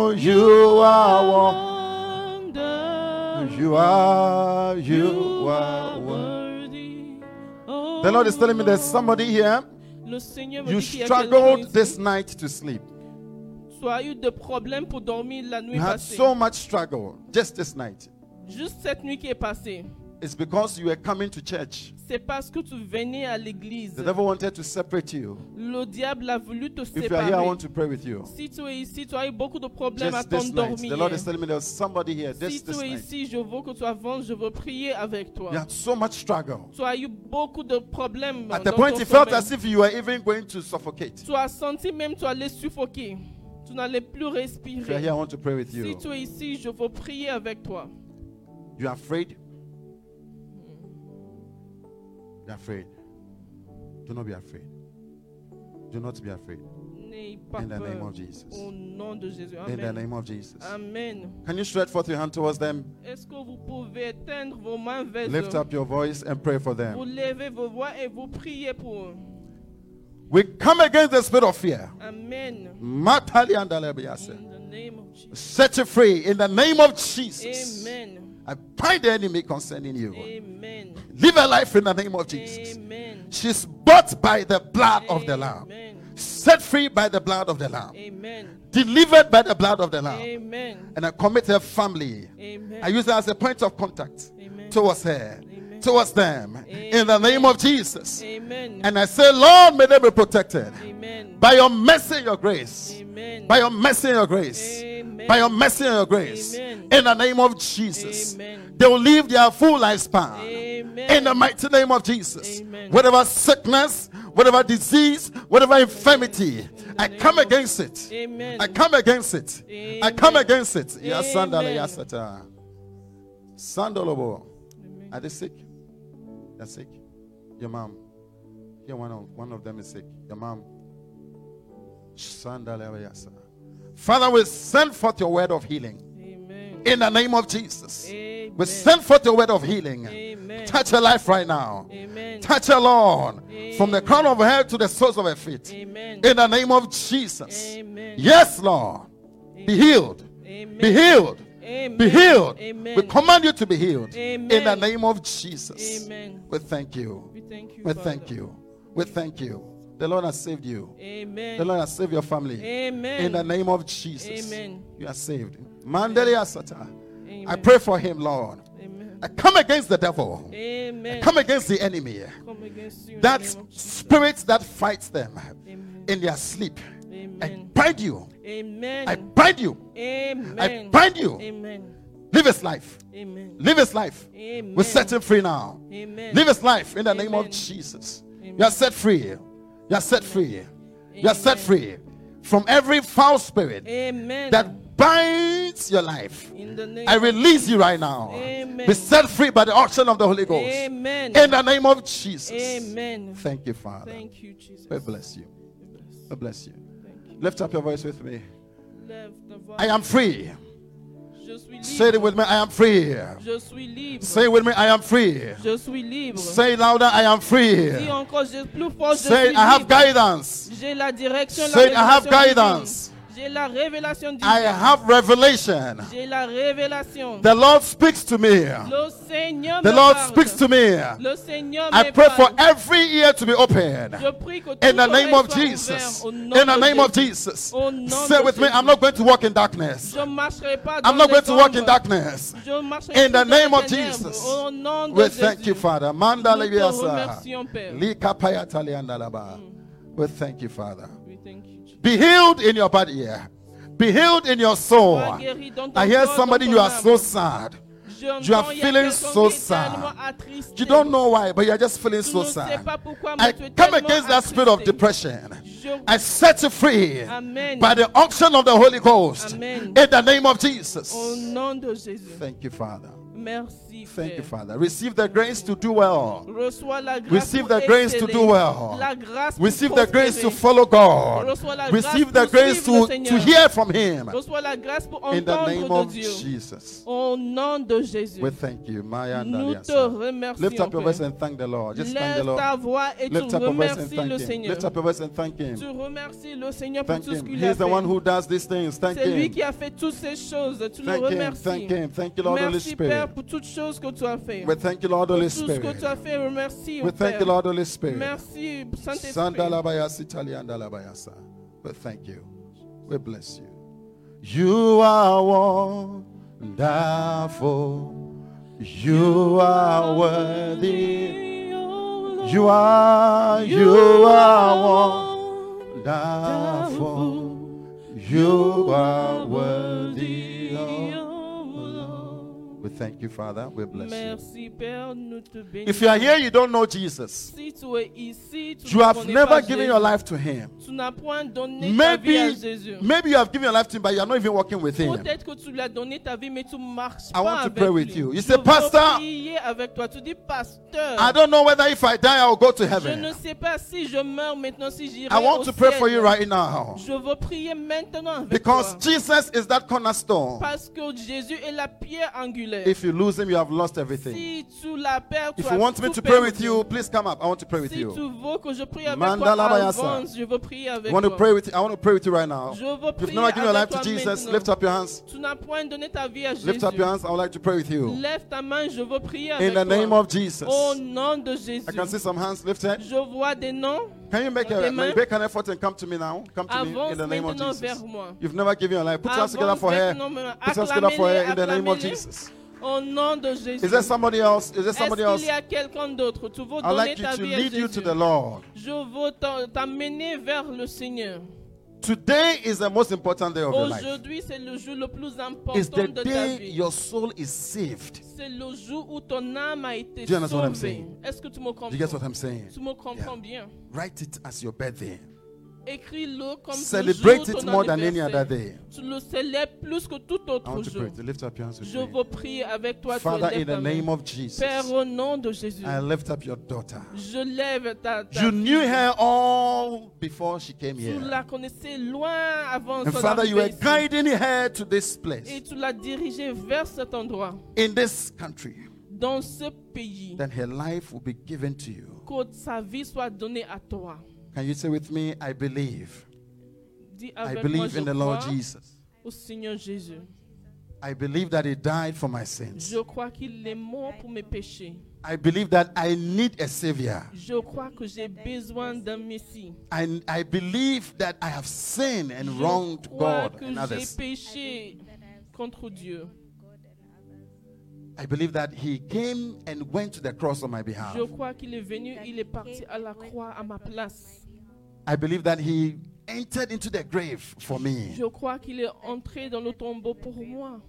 Speaker 1: Oh, you are
Speaker 2: wonder.
Speaker 1: one. You are, you
Speaker 2: You
Speaker 1: are
Speaker 2: are
Speaker 1: one.
Speaker 2: worthy. Oh,
Speaker 1: The Lord is telling me there's somebody here.
Speaker 2: Le Seigneur me
Speaker 1: You
Speaker 2: dit qu'il y a quelqu'un ici.
Speaker 1: struggled this night to sleep.
Speaker 2: Tu as eu des problèmes pour dormir la nuit
Speaker 1: You had
Speaker 2: passée.
Speaker 1: so much struggle just this night.
Speaker 2: Juste cette nuit qui est passée.
Speaker 1: It's because you were coming to church.
Speaker 2: C'est parce que tu venais à l'église.
Speaker 1: The devil wanted to separate you.
Speaker 2: Le diable a voulu te
Speaker 1: If you are here, I
Speaker 2: séparer.
Speaker 1: want to pray with you.
Speaker 2: Si tu es ici, tu as eu beaucoup de problèmes à
Speaker 1: Just this night, the
Speaker 2: t'endormir.
Speaker 1: Lord is telling me there's somebody here.
Speaker 2: Si
Speaker 1: This
Speaker 2: tu
Speaker 1: this
Speaker 2: es
Speaker 1: night,
Speaker 2: ici, je veux que tu avances, je veux prier avec toi.
Speaker 1: you had so much struggle.
Speaker 2: Tu as eu beaucoup de problèmes.
Speaker 1: At the
Speaker 2: dans
Speaker 1: point,
Speaker 2: ton
Speaker 1: it felt
Speaker 2: sommeil.
Speaker 1: as if you were even going to suffocate.
Speaker 2: Tu as senti même tu allais suffoquer. Tu n'allais
Speaker 1: If
Speaker 2: plus
Speaker 1: you are
Speaker 2: respirer.
Speaker 1: here, I want to pray with
Speaker 2: Si
Speaker 1: you.
Speaker 2: tu es ici, je veux prier avec toi.
Speaker 1: You are afraid. You are afraid. Do not be afraid. Do not be afraid.
Speaker 2: N'aie pas
Speaker 1: In the name
Speaker 2: peur.
Speaker 1: of Jesus.
Speaker 2: Au nom de Jésus.
Speaker 1: In the
Speaker 2: Amen.
Speaker 1: name of Jesus.
Speaker 2: Amen.
Speaker 1: Can you stretch forth your hand towards them?
Speaker 2: Est-ce que vous pouvez éteindre vos mains vers
Speaker 1: Lift
Speaker 2: eux?
Speaker 1: up your voice and pray for
Speaker 2: Vous
Speaker 1: them.
Speaker 2: levez vos voix et vous priez pour eux.
Speaker 1: We come against the spirit of fear.
Speaker 2: Amen.
Speaker 1: Matali and Alebiase.
Speaker 2: In the name of Jesus.
Speaker 1: Set you free in the name of Jesus.
Speaker 2: Amen.
Speaker 1: I bind the enemy concerning you.
Speaker 2: Amen.
Speaker 1: Live a life in the name of Jesus.
Speaker 2: Amen.
Speaker 1: She's bought by the blood of the Lamb.
Speaker 2: Amen.
Speaker 1: Set free by the blood of the Lamb.
Speaker 2: Amen.
Speaker 1: Delivered by the blood of the Lamb.
Speaker 2: Amen.
Speaker 1: And I commit her family.
Speaker 2: Amen.
Speaker 1: I use her as a point of contact
Speaker 2: Amen.
Speaker 1: towards her,
Speaker 2: Amen.
Speaker 1: towards them. In the name of Jesus.
Speaker 2: Amen.
Speaker 1: And I say, Lord, may they be protected.
Speaker 2: Amen.
Speaker 1: By your mercy and your grace.
Speaker 2: Amen.
Speaker 1: By your mercy and your grace.
Speaker 2: Amen.
Speaker 1: By your mercy and your grace.
Speaker 2: Amen.
Speaker 1: In the name of Jesus.
Speaker 2: Amen.
Speaker 1: They will live their full lifespan.
Speaker 2: Amen.
Speaker 1: In the mighty name of Jesus.
Speaker 2: Amen.
Speaker 1: Whatever sickness, whatever disease, whatever infirmity, I
Speaker 2: name
Speaker 1: come
Speaker 2: of-
Speaker 1: against it.
Speaker 2: Amen.
Speaker 1: I come against it. I come
Speaker 2: Amen.
Speaker 1: against it. Yes, Sandala,
Speaker 2: Amen.
Speaker 1: yes, Sata. Sandolobo.
Speaker 2: Amen.
Speaker 1: Are they sick? They're sick. Your mom. Here, one of, one of them is sick. Your mom. Sandala, yes, Sata. Father, we send forth your word of healing
Speaker 2: Amen.
Speaker 1: in the name of Jesus.
Speaker 2: Amen.
Speaker 1: We send forth your word of healing.
Speaker 2: Amen.
Speaker 1: Touch her life right now.
Speaker 2: Amen.
Speaker 1: Touch her, Lord, from the crown of her head to the soles of her feet.
Speaker 2: Amen.
Speaker 1: In the name of Jesus.
Speaker 2: Amen.
Speaker 1: Yes, Lord. Be healed.
Speaker 2: Amen.
Speaker 1: Be healed.
Speaker 2: Amen.
Speaker 1: Be healed.
Speaker 2: Amen.
Speaker 1: We command you to be healed.
Speaker 2: Amen.
Speaker 1: In the name of Jesus.
Speaker 2: Amen.
Speaker 1: We thank you.
Speaker 2: We thank you.
Speaker 1: We
Speaker 2: Father.
Speaker 1: thank you. We thank you. The Lord has saved you.
Speaker 2: Amen.
Speaker 1: The Lord has saved your family.
Speaker 2: Amen.
Speaker 1: In the name of Jesus.
Speaker 2: Amen.
Speaker 1: You are saved. Mandele Asata.
Speaker 2: Amen.
Speaker 1: I pray for him, Lord.
Speaker 2: Amen.
Speaker 1: I come against the devil.
Speaker 2: Amen.
Speaker 1: Come against the enemy.
Speaker 2: Come against you. in the
Speaker 1: That
Speaker 2: name of Jesus.
Speaker 1: spirit that fights them
Speaker 2: Amen.
Speaker 1: in their sleep. I
Speaker 2: Amen.
Speaker 1: bind you.
Speaker 2: Amen.
Speaker 1: I bind you.
Speaker 2: Amen.
Speaker 1: I bind you.
Speaker 2: Amen.
Speaker 1: Live his life.
Speaker 2: Amen.
Speaker 1: Live his life.
Speaker 2: Amen.
Speaker 1: We set him free now.
Speaker 2: Amen.
Speaker 1: Live his life in the name of
Speaker 2: Amen.
Speaker 1: Jesus.
Speaker 2: Amen.
Speaker 1: You are set free. You are set free. You are set
Speaker 2: Amen.
Speaker 1: free from every foul spirit
Speaker 2: Amen.
Speaker 1: that binds your life.
Speaker 2: in the name
Speaker 1: I release you right now.
Speaker 2: Amen.
Speaker 1: Be set free by the auction of the Holy Ghost.
Speaker 2: Amen.
Speaker 1: In the name of Jesus.
Speaker 2: Amen.
Speaker 1: Thank you, Father.
Speaker 2: Thank you, Jesus.
Speaker 1: God bless you. God bless you.
Speaker 2: Thank you.
Speaker 1: Lift up your voice with me.
Speaker 2: Lève ta voix.
Speaker 1: I am free.
Speaker 2: Je suis libre.
Speaker 1: Say it with me. I am free.
Speaker 2: Je suis libre.
Speaker 1: Say it with me. I am free.
Speaker 2: Je suis libre.
Speaker 1: Say it louder. I am free.
Speaker 2: Dis encore, je plus fort. Je
Speaker 1: Say
Speaker 2: suis
Speaker 1: I have
Speaker 2: libre.
Speaker 1: guidance.
Speaker 2: J'ai la direction.
Speaker 1: Say, I
Speaker 2: la
Speaker 1: have
Speaker 2: révélation
Speaker 1: guidance.
Speaker 2: divine. J'ai la révélation divine.
Speaker 1: I have revelation.
Speaker 2: J'ai la révélation.
Speaker 1: The Lord speaks to me.
Speaker 2: Le Seigneur
Speaker 1: The
Speaker 2: me
Speaker 1: Lord
Speaker 2: parle.
Speaker 1: speaks to me.
Speaker 2: Le Seigneur
Speaker 1: I
Speaker 2: me
Speaker 1: pray
Speaker 2: parle.
Speaker 1: for every ear to be open.
Speaker 2: Je prie que tout
Speaker 1: In the
Speaker 2: oreille
Speaker 1: name of
Speaker 2: soit
Speaker 1: Jesus.
Speaker 2: ouvert au
Speaker 1: In
Speaker 2: nom
Speaker 1: the
Speaker 2: de
Speaker 1: name of
Speaker 2: Jésus.
Speaker 1: Jesus.
Speaker 2: Au nom
Speaker 1: Say
Speaker 2: de
Speaker 1: with me,
Speaker 2: Jésus.
Speaker 1: I'm not going to walk in darkness.
Speaker 2: Je ne marcherai pas dans
Speaker 1: I'm not
Speaker 2: les
Speaker 1: going to walk in
Speaker 2: ombres.
Speaker 1: darkness.
Speaker 2: Je marcherai
Speaker 1: In the
Speaker 2: plus dans
Speaker 1: name
Speaker 2: les
Speaker 1: of
Speaker 2: ténèbres.
Speaker 1: Jesus.
Speaker 2: Au nom de
Speaker 1: We thank
Speaker 2: Jésus.
Speaker 1: you, Father. Manda
Speaker 2: Nous te
Speaker 1: leviasa.
Speaker 2: remercions, Père. Mm.
Speaker 1: Lika payata leandalaba. We thank you, Father.
Speaker 2: We thank you, Jesus.
Speaker 1: Be healed in your body. Be healed in your soul.
Speaker 2: Sois guéri dans ton
Speaker 1: I hear
Speaker 2: corps,
Speaker 1: somebody,
Speaker 2: dans
Speaker 1: you
Speaker 2: ton
Speaker 1: are so
Speaker 2: âme.
Speaker 1: sad.
Speaker 2: J'entends,
Speaker 1: You are
Speaker 2: il y a
Speaker 1: feeling
Speaker 2: quelqu'un
Speaker 1: so
Speaker 2: qui est tellement
Speaker 1: sad.
Speaker 2: attristé.
Speaker 1: You don't know why, but you're just feeling
Speaker 2: Mm. Tu
Speaker 1: so
Speaker 2: ne sais
Speaker 1: sad.
Speaker 2: pas pourquoi, mais
Speaker 1: I
Speaker 2: tu es
Speaker 1: come
Speaker 2: tellement
Speaker 1: against that spirit of
Speaker 2: attristé.
Speaker 1: depression.
Speaker 2: Je-
Speaker 1: I set you free
Speaker 2: Amen.
Speaker 1: by the unction of the Holy Ghost
Speaker 2: Amen. Oh,
Speaker 1: in the name of Jesus.
Speaker 2: Au nom de Jésus.
Speaker 1: Thank you, Father.
Speaker 2: Merci,
Speaker 1: Thank you,
Speaker 2: Père.
Speaker 1: Father. Receive the grace to do well.
Speaker 2: Reçois la grâce
Speaker 1: Receive
Speaker 2: pour
Speaker 1: the grace to
Speaker 2: exceller.
Speaker 1: do well.
Speaker 2: La grâce pour
Speaker 1: Receive the grace to
Speaker 2: prospérer.
Speaker 1: follow God.
Speaker 2: Reçois la
Speaker 1: Receive the
Speaker 2: grâce pour
Speaker 1: grace to,
Speaker 2: suivre le
Speaker 1: to
Speaker 2: Seigneur.
Speaker 1: hear from Him
Speaker 2: Reçois la grâce pour
Speaker 1: in the name
Speaker 2: entendre de
Speaker 1: of
Speaker 2: Dieu.
Speaker 1: Jesus.
Speaker 2: Au nom de Jésus.
Speaker 1: We thank you. Maya and
Speaker 2: Nous
Speaker 1: Aliasa.
Speaker 2: te remercions.
Speaker 1: Lift up your voice
Speaker 2: Père.
Speaker 1: and thank the Lord. Just thank the
Speaker 2: Lève ta
Speaker 1: Lord.
Speaker 2: voix et tu
Speaker 1: Lift up your voice and
Speaker 2: remercies
Speaker 1: thank
Speaker 2: le
Speaker 1: Him.
Speaker 2: Seigneur.
Speaker 1: Lift up your voice and thank
Speaker 2: Tu
Speaker 1: Him.
Speaker 2: remercies le Seigneur pour
Speaker 1: Thank
Speaker 2: tout ce
Speaker 1: Him.
Speaker 2: qu'il a
Speaker 1: He's the one
Speaker 2: fait.
Speaker 1: who does these things. Thank
Speaker 2: C'est lui
Speaker 1: Him.
Speaker 2: qui a fait toutes ces choses. Tu le
Speaker 1: Thank Him.
Speaker 2: remercies.
Speaker 1: Thank Him. Thank you, Lord Holy
Speaker 2: Merci Père
Speaker 1: Spirit.
Speaker 2: pour toutes choses que tu as fait.
Speaker 1: We thank you, Lord Holy
Speaker 2: Tout ce que
Speaker 1: Spirit.
Speaker 2: tu as fait, remercie
Speaker 1: We
Speaker 2: oh,
Speaker 1: thank
Speaker 2: Père.
Speaker 1: you, Lord Holy Spirit.
Speaker 2: Merci Saint-Esprit.
Speaker 1: Sandalabayasi, taliandalabayasa. We thank you. We bless you. You are wonderful. You are worthy. You are, you are wonderful. You are worthy. oh. We thank you, Father. We bless you.
Speaker 2: Merci Père, nous te bénissons.
Speaker 1: If you are here, you don't know Jesus.
Speaker 2: si tu es ici, tu
Speaker 1: You
Speaker 2: ne
Speaker 1: have
Speaker 2: connais
Speaker 1: never
Speaker 2: pas
Speaker 1: given
Speaker 2: Jésus.
Speaker 1: your life to Him.
Speaker 2: Tu n'as point donné ta vie à
Speaker 1: Maybe,
Speaker 2: Jésus.
Speaker 1: maybe you have given your life to Him, but you are not even walking with Him.
Speaker 2: Peut-être que tu lui as donné ta vie, mais tu marches
Speaker 1: I
Speaker 2: pas
Speaker 1: want to
Speaker 2: avec
Speaker 1: pray with
Speaker 2: lui.
Speaker 1: you. You
Speaker 2: Je
Speaker 1: say,
Speaker 2: veux
Speaker 1: "Pastor,
Speaker 2: prier avec toi. Tu dis, pasteur,
Speaker 1: I don't know whether if I die, I will go to
Speaker 2: je ne
Speaker 1: heaven.
Speaker 2: sais pas si je meurs maintenant, si j'irai
Speaker 1: Ah ben. I want
Speaker 2: au
Speaker 1: to pray
Speaker 2: ciel.
Speaker 1: for you right now
Speaker 2: Je veux prier maintenant avec
Speaker 1: because
Speaker 2: toi.
Speaker 1: Jesus is that cornerstone.
Speaker 2: Parce que Jésus est la pierre angulaire.
Speaker 1: If you lose Him, you have lost everything.
Speaker 2: si tu la perds, tu
Speaker 1: If
Speaker 2: as
Speaker 1: you want me
Speaker 2: tout
Speaker 1: to pray with
Speaker 2: perdu.
Speaker 1: you, please come up. I want to pray with
Speaker 2: Si
Speaker 1: you.
Speaker 2: tu veux que je prie avec
Speaker 1: Mandala
Speaker 2: toi,
Speaker 1: Bayasa.
Speaker 2: avance, je veux prier
Speaker 1: I
Speaker 2: avec
Speaker 1: want to
Speaker 2: toi.
Speaker 1: pray with you. I want to pray with you right now.
Speaker 2: Je veux
Speaker 1: If you've
Speaker 2: prier
Speaker 1: never given your life
Speaker 2: avec
Speaker 1: to
Speaker 2: toi
Speaker 1: Jesus,
Speaker 2: maintenant.
Speaker 1: lift up your hands.
Speaker 2: Tu n'as point donné ta vie à Jésus.
Speaker 1: Lift up your hands. I would like to pray with you.
Speaker 2: Lève ta main, je veux prier avec
Speaker 1: In the
Speaker 2: toi.
Speaker 1: name of Jesus.
Speaker 2: Au
Speaker 1: I
Speaker 2: nom de Jésus.
Speaker 1: can see some hands lifted.
Speaker 2: Je vois des noms.
Speaker 1: Can you make, a,
Speaker 2: Des mains.
Speaker 1: make an effort and come to me now? Come to me in
Speaker 2: Avance
Speaker 1: the name of
Speaker 2: maintenant
Speaker 1: Jesus.
Speaker 2: vers moi.
Speaker 1: You've never given your life. Put your hands together
Speaker 2: Avance
Speaker 1: for her.
Speaker 2: maintenant, maintenant.
Speaker 1: Put your hands together for her in the name of
Speaker 2: Acclamez-les,
Speaker 1: Jesus.
Speaker 2: Au nom de Jésus.
Speaker 1: Is there somebody else? Is there
Speaker 2: Est-ce
Speaker 1: somebody
Speaker 2: qu'il
Speaker 1: else?
Speaker 2: y a quelqu'un d'autre Tu veux
Speaker 1: I'd
Speaker 2: donner
Speaker 1: like you
Speaker 2: ta
Speaker 1: to
Speaker 2: vie à
Speaker 1: lead
Speaker 2: Jésus.
Speaker 1: you to the Lord.
Speaker 2: Je veux t'en- t'amener vers le Seigneur.
Speaker 1: Today is the most important day of your life.
Speaker 2: Aujourd'hui, c'est le jour le plus
Speaker 1: It's
Speaker 2: important
Speaker 1: the
Speaker 2: de ta
Speaker 1: day
Speaker 2: vie.
Speaker 1: your soul is saved.
Speaker 2: C'est le jour où ton âme a été
Speaker 1: Do you understand what I'm
Speaker 2: sauvée.
Speaker 1: saying?
Speaker 2: Est-ce que tu me comprends
Speaker 1: Do you get what I'm saying?
Speaker 2: Tu me comprends bien.
Speaker 1: Write it as your birthday.
Speaker 2: Écris-le comme
Speaker 1: Celebrate
Speaker 2: le jour
Speaker 1: it
Speaker 2: ton
Speaker 1: more than any
Speaker 2: anniversaire.
Speaker 1: other day.
Speaker 2: Tu le célèbres plus que tout
Speaker 1: I
Speaker 2: autre
Speaker 1: want to
Speaker 2: jour.
Speaker 1: pray to lift up your hands with
Speaker 2: Je
Speaker 1: me.
Speaker 2: veux prier avec toi. tu
Speaker 1: Father,
Speaker 2: lèves
Speaker 1: in
Speaker 2: ta
Speaker 1: the
Speaker 2: main.
Speaker 1: name of Jesus,
Speaker 2: Père, au nom de Jésus,
Speaker 1: I lift up your daughter.
Speaker 2: je lève ta, ta
Speaker 1: You
Speaker 2: fille.
Speaker 1: knew her all before she came
Speaker 2: Tu
Speaker 1: here.
Speaker 2: la connaissais loin avant
Speaker 1: And
Speaker 2: son
Speaker 1: Father, you
Speaker 2: arrivée
Speaker 1: were
Speaker 2: ici.
Speaker 1: guiding her to this
Speaker 2: Et
Speaker 1: place,
Speaker 2: tu l'as dirigée vers cet endroit,
Speaker 1: in this country,
Speaker 2: dans ce pays,
Speaker 1: then her life will be given to you.
Speaker 2: que sa vie soit donnée à toi.
Speaker 1: Can you say with me, I believe?
Speaker 2: Dis
Speaker 1: I
Speaker 2: avec moi,
Speaker 1: believe
Speaker 2: je
Speaker 1: in the Lord
Speaker 2: crois
Speaker 1: Jesus.
Speaker 2: au Seigneur Jésus.
Speaker 1: I believe that He died for my sins.
Speaker 2: Je crois qu'il est mort pour mes péchés.
Speaker 1: I believe that I need a Savior.
Speaker 2: Je crois que j'ai besoin d'un Messie.
Speaker 1: I, I believe that I have sinned and
Speaker 2: Je
Speaker 1: wronged
Speaker 2: crois
Speaker 1: God
Speaker 2: que
Speaker 1: and
Speaker 2: j'ai
Speaker 1: others.
Speaker 2: péché contre Dieu.
Speaker 1: I believe that He came and went to the cross on my behalf.
Speaker 2: Je crois qu'il est venu, il est parti à la croix à ma place.
Speaker 1: I believe that He entered into the grave for me.
Speaker 2: Je crois qu'il est entré dans le tombeau pour moi.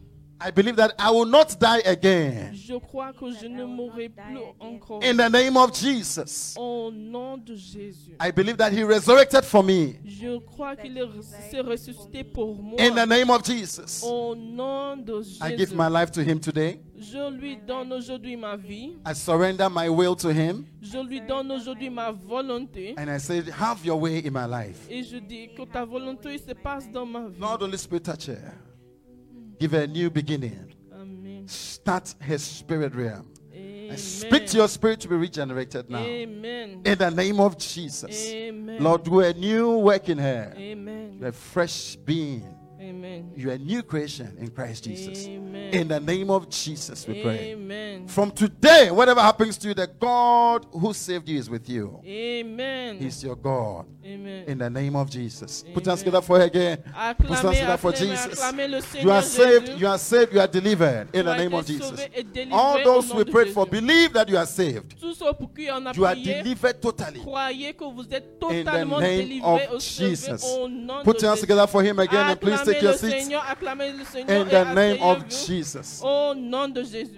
Speaker 1: I believe that I will not die again.
Speaker 2: Je crois que je ne mourrai plus encore.
Speaker 1: In the name of Jesus.
Speaker 2: Au nom de Jésus.
Speaker 1: I believe that He resurrected for me.
Speaker 2: Je crois qu'il est res- s'est ressuscité pour moi.
Speaker 1: In the name of Jesus.
Speaker 2: Au nom de
Speaker 1: I
Speaker 2: Jésus.
Speaker 1: give my life to Him today.
Speaker 2: Je lui donne aujourd'hui ma vie.
Speaker 1: I surrender my will to Him.
Speaker 2: Je lui donne aujourd'hui ma volonté.
Speaker 1: And I say, Have your way in my life.
Speaker 2: Et je dis que ta volonté se passe dans ma vie.
Speaker 1: Lord, Holy Spirit, touch her. Give her a new beginning.
Speaker 2: Amen.
Speaker 1: Start her spirit realm. I
Speaker 2: Amen.
Speaker 1: speak to your spirit to be regenerated now.
Speaker 2: Amen.
Speaker 1: In the name of Jesus.
Speaker 2: Amen.
Speaker 1: Lord, do a new work in her.
Speaker 2: Amen.
Speaker 1: You're a fresh being.
Speaker 2: Amen.
Speaker 1: You're a new creation in Christ Jesus.
Speaker 2: Amen.
Speaker 1: In the name of Jesus, we pray.
Speaker 2: Amen.
Speaker 1: From today, whatever happens to you, the God who saved you is with you.
Speaker 2: Amen.
Speaker 1: He's your God.
Speaker 2: Amen.
Speaker 1: In the name of Jesus. Put us together for her again. Put us
Speaker 2: Acclamez,
Speaker 1: together for
Speaker 2: acclamez,
Speaker 1: Jesus.
Speaker 2: acclamez le
Speaker 1: You
Speaker 2: Seigneur
Speaker 1: are saved.
Speaker 2: Jésus.
Speaker 1: You are saved. You are delivered. In
Speaker 2: Tu
Speaker 1: the
Speaker 2: as
Speaker 1: name
Speaker 2: été
Speaker 1: of Jesus.
Speaker 2: sauvé et délivré
Speaker 1: All
Speaker 2: au
Speaker 1: those
Speaker 2: nom
Speaker 1: we
Speaker 2: de
Speaker 1: prayed for,
Speaker 2: Jésus.
Speaker 1: believe that you are saved.
Speaker 2: Tous ceux pour qui on a
Speaker 1: You are
Speaker 2: prié,
Speaker 1: delivered totally.
Speaker 2: croyez que vous êtes
Speaker 1: In the
Speaker 2: totalement
Speaker 1: name
Speaker 2: délivrés au
Speaker 1: of
Speaker 2: sauvés
Speaker 1: Jesus.
Speaker 2: au nom
Speaker 1: Put
Speaker 2: de
Speaker 1: your hands
Speaker 2: Jésus.
Speaker 1: together for him again and please
Speaker 2: acclamez
Speaker 1: take your
Speaker 2: le
Speaker 1: seats.
Speaker 2: Seigneur, acclamez le Seigneur
Speaker 1: In
Speaker 2: et
Speaker 1: the name of
Speaker 2: asseyez-vous
Speaker 1: Jesus.
Speaker 2: Au nom de Jésus.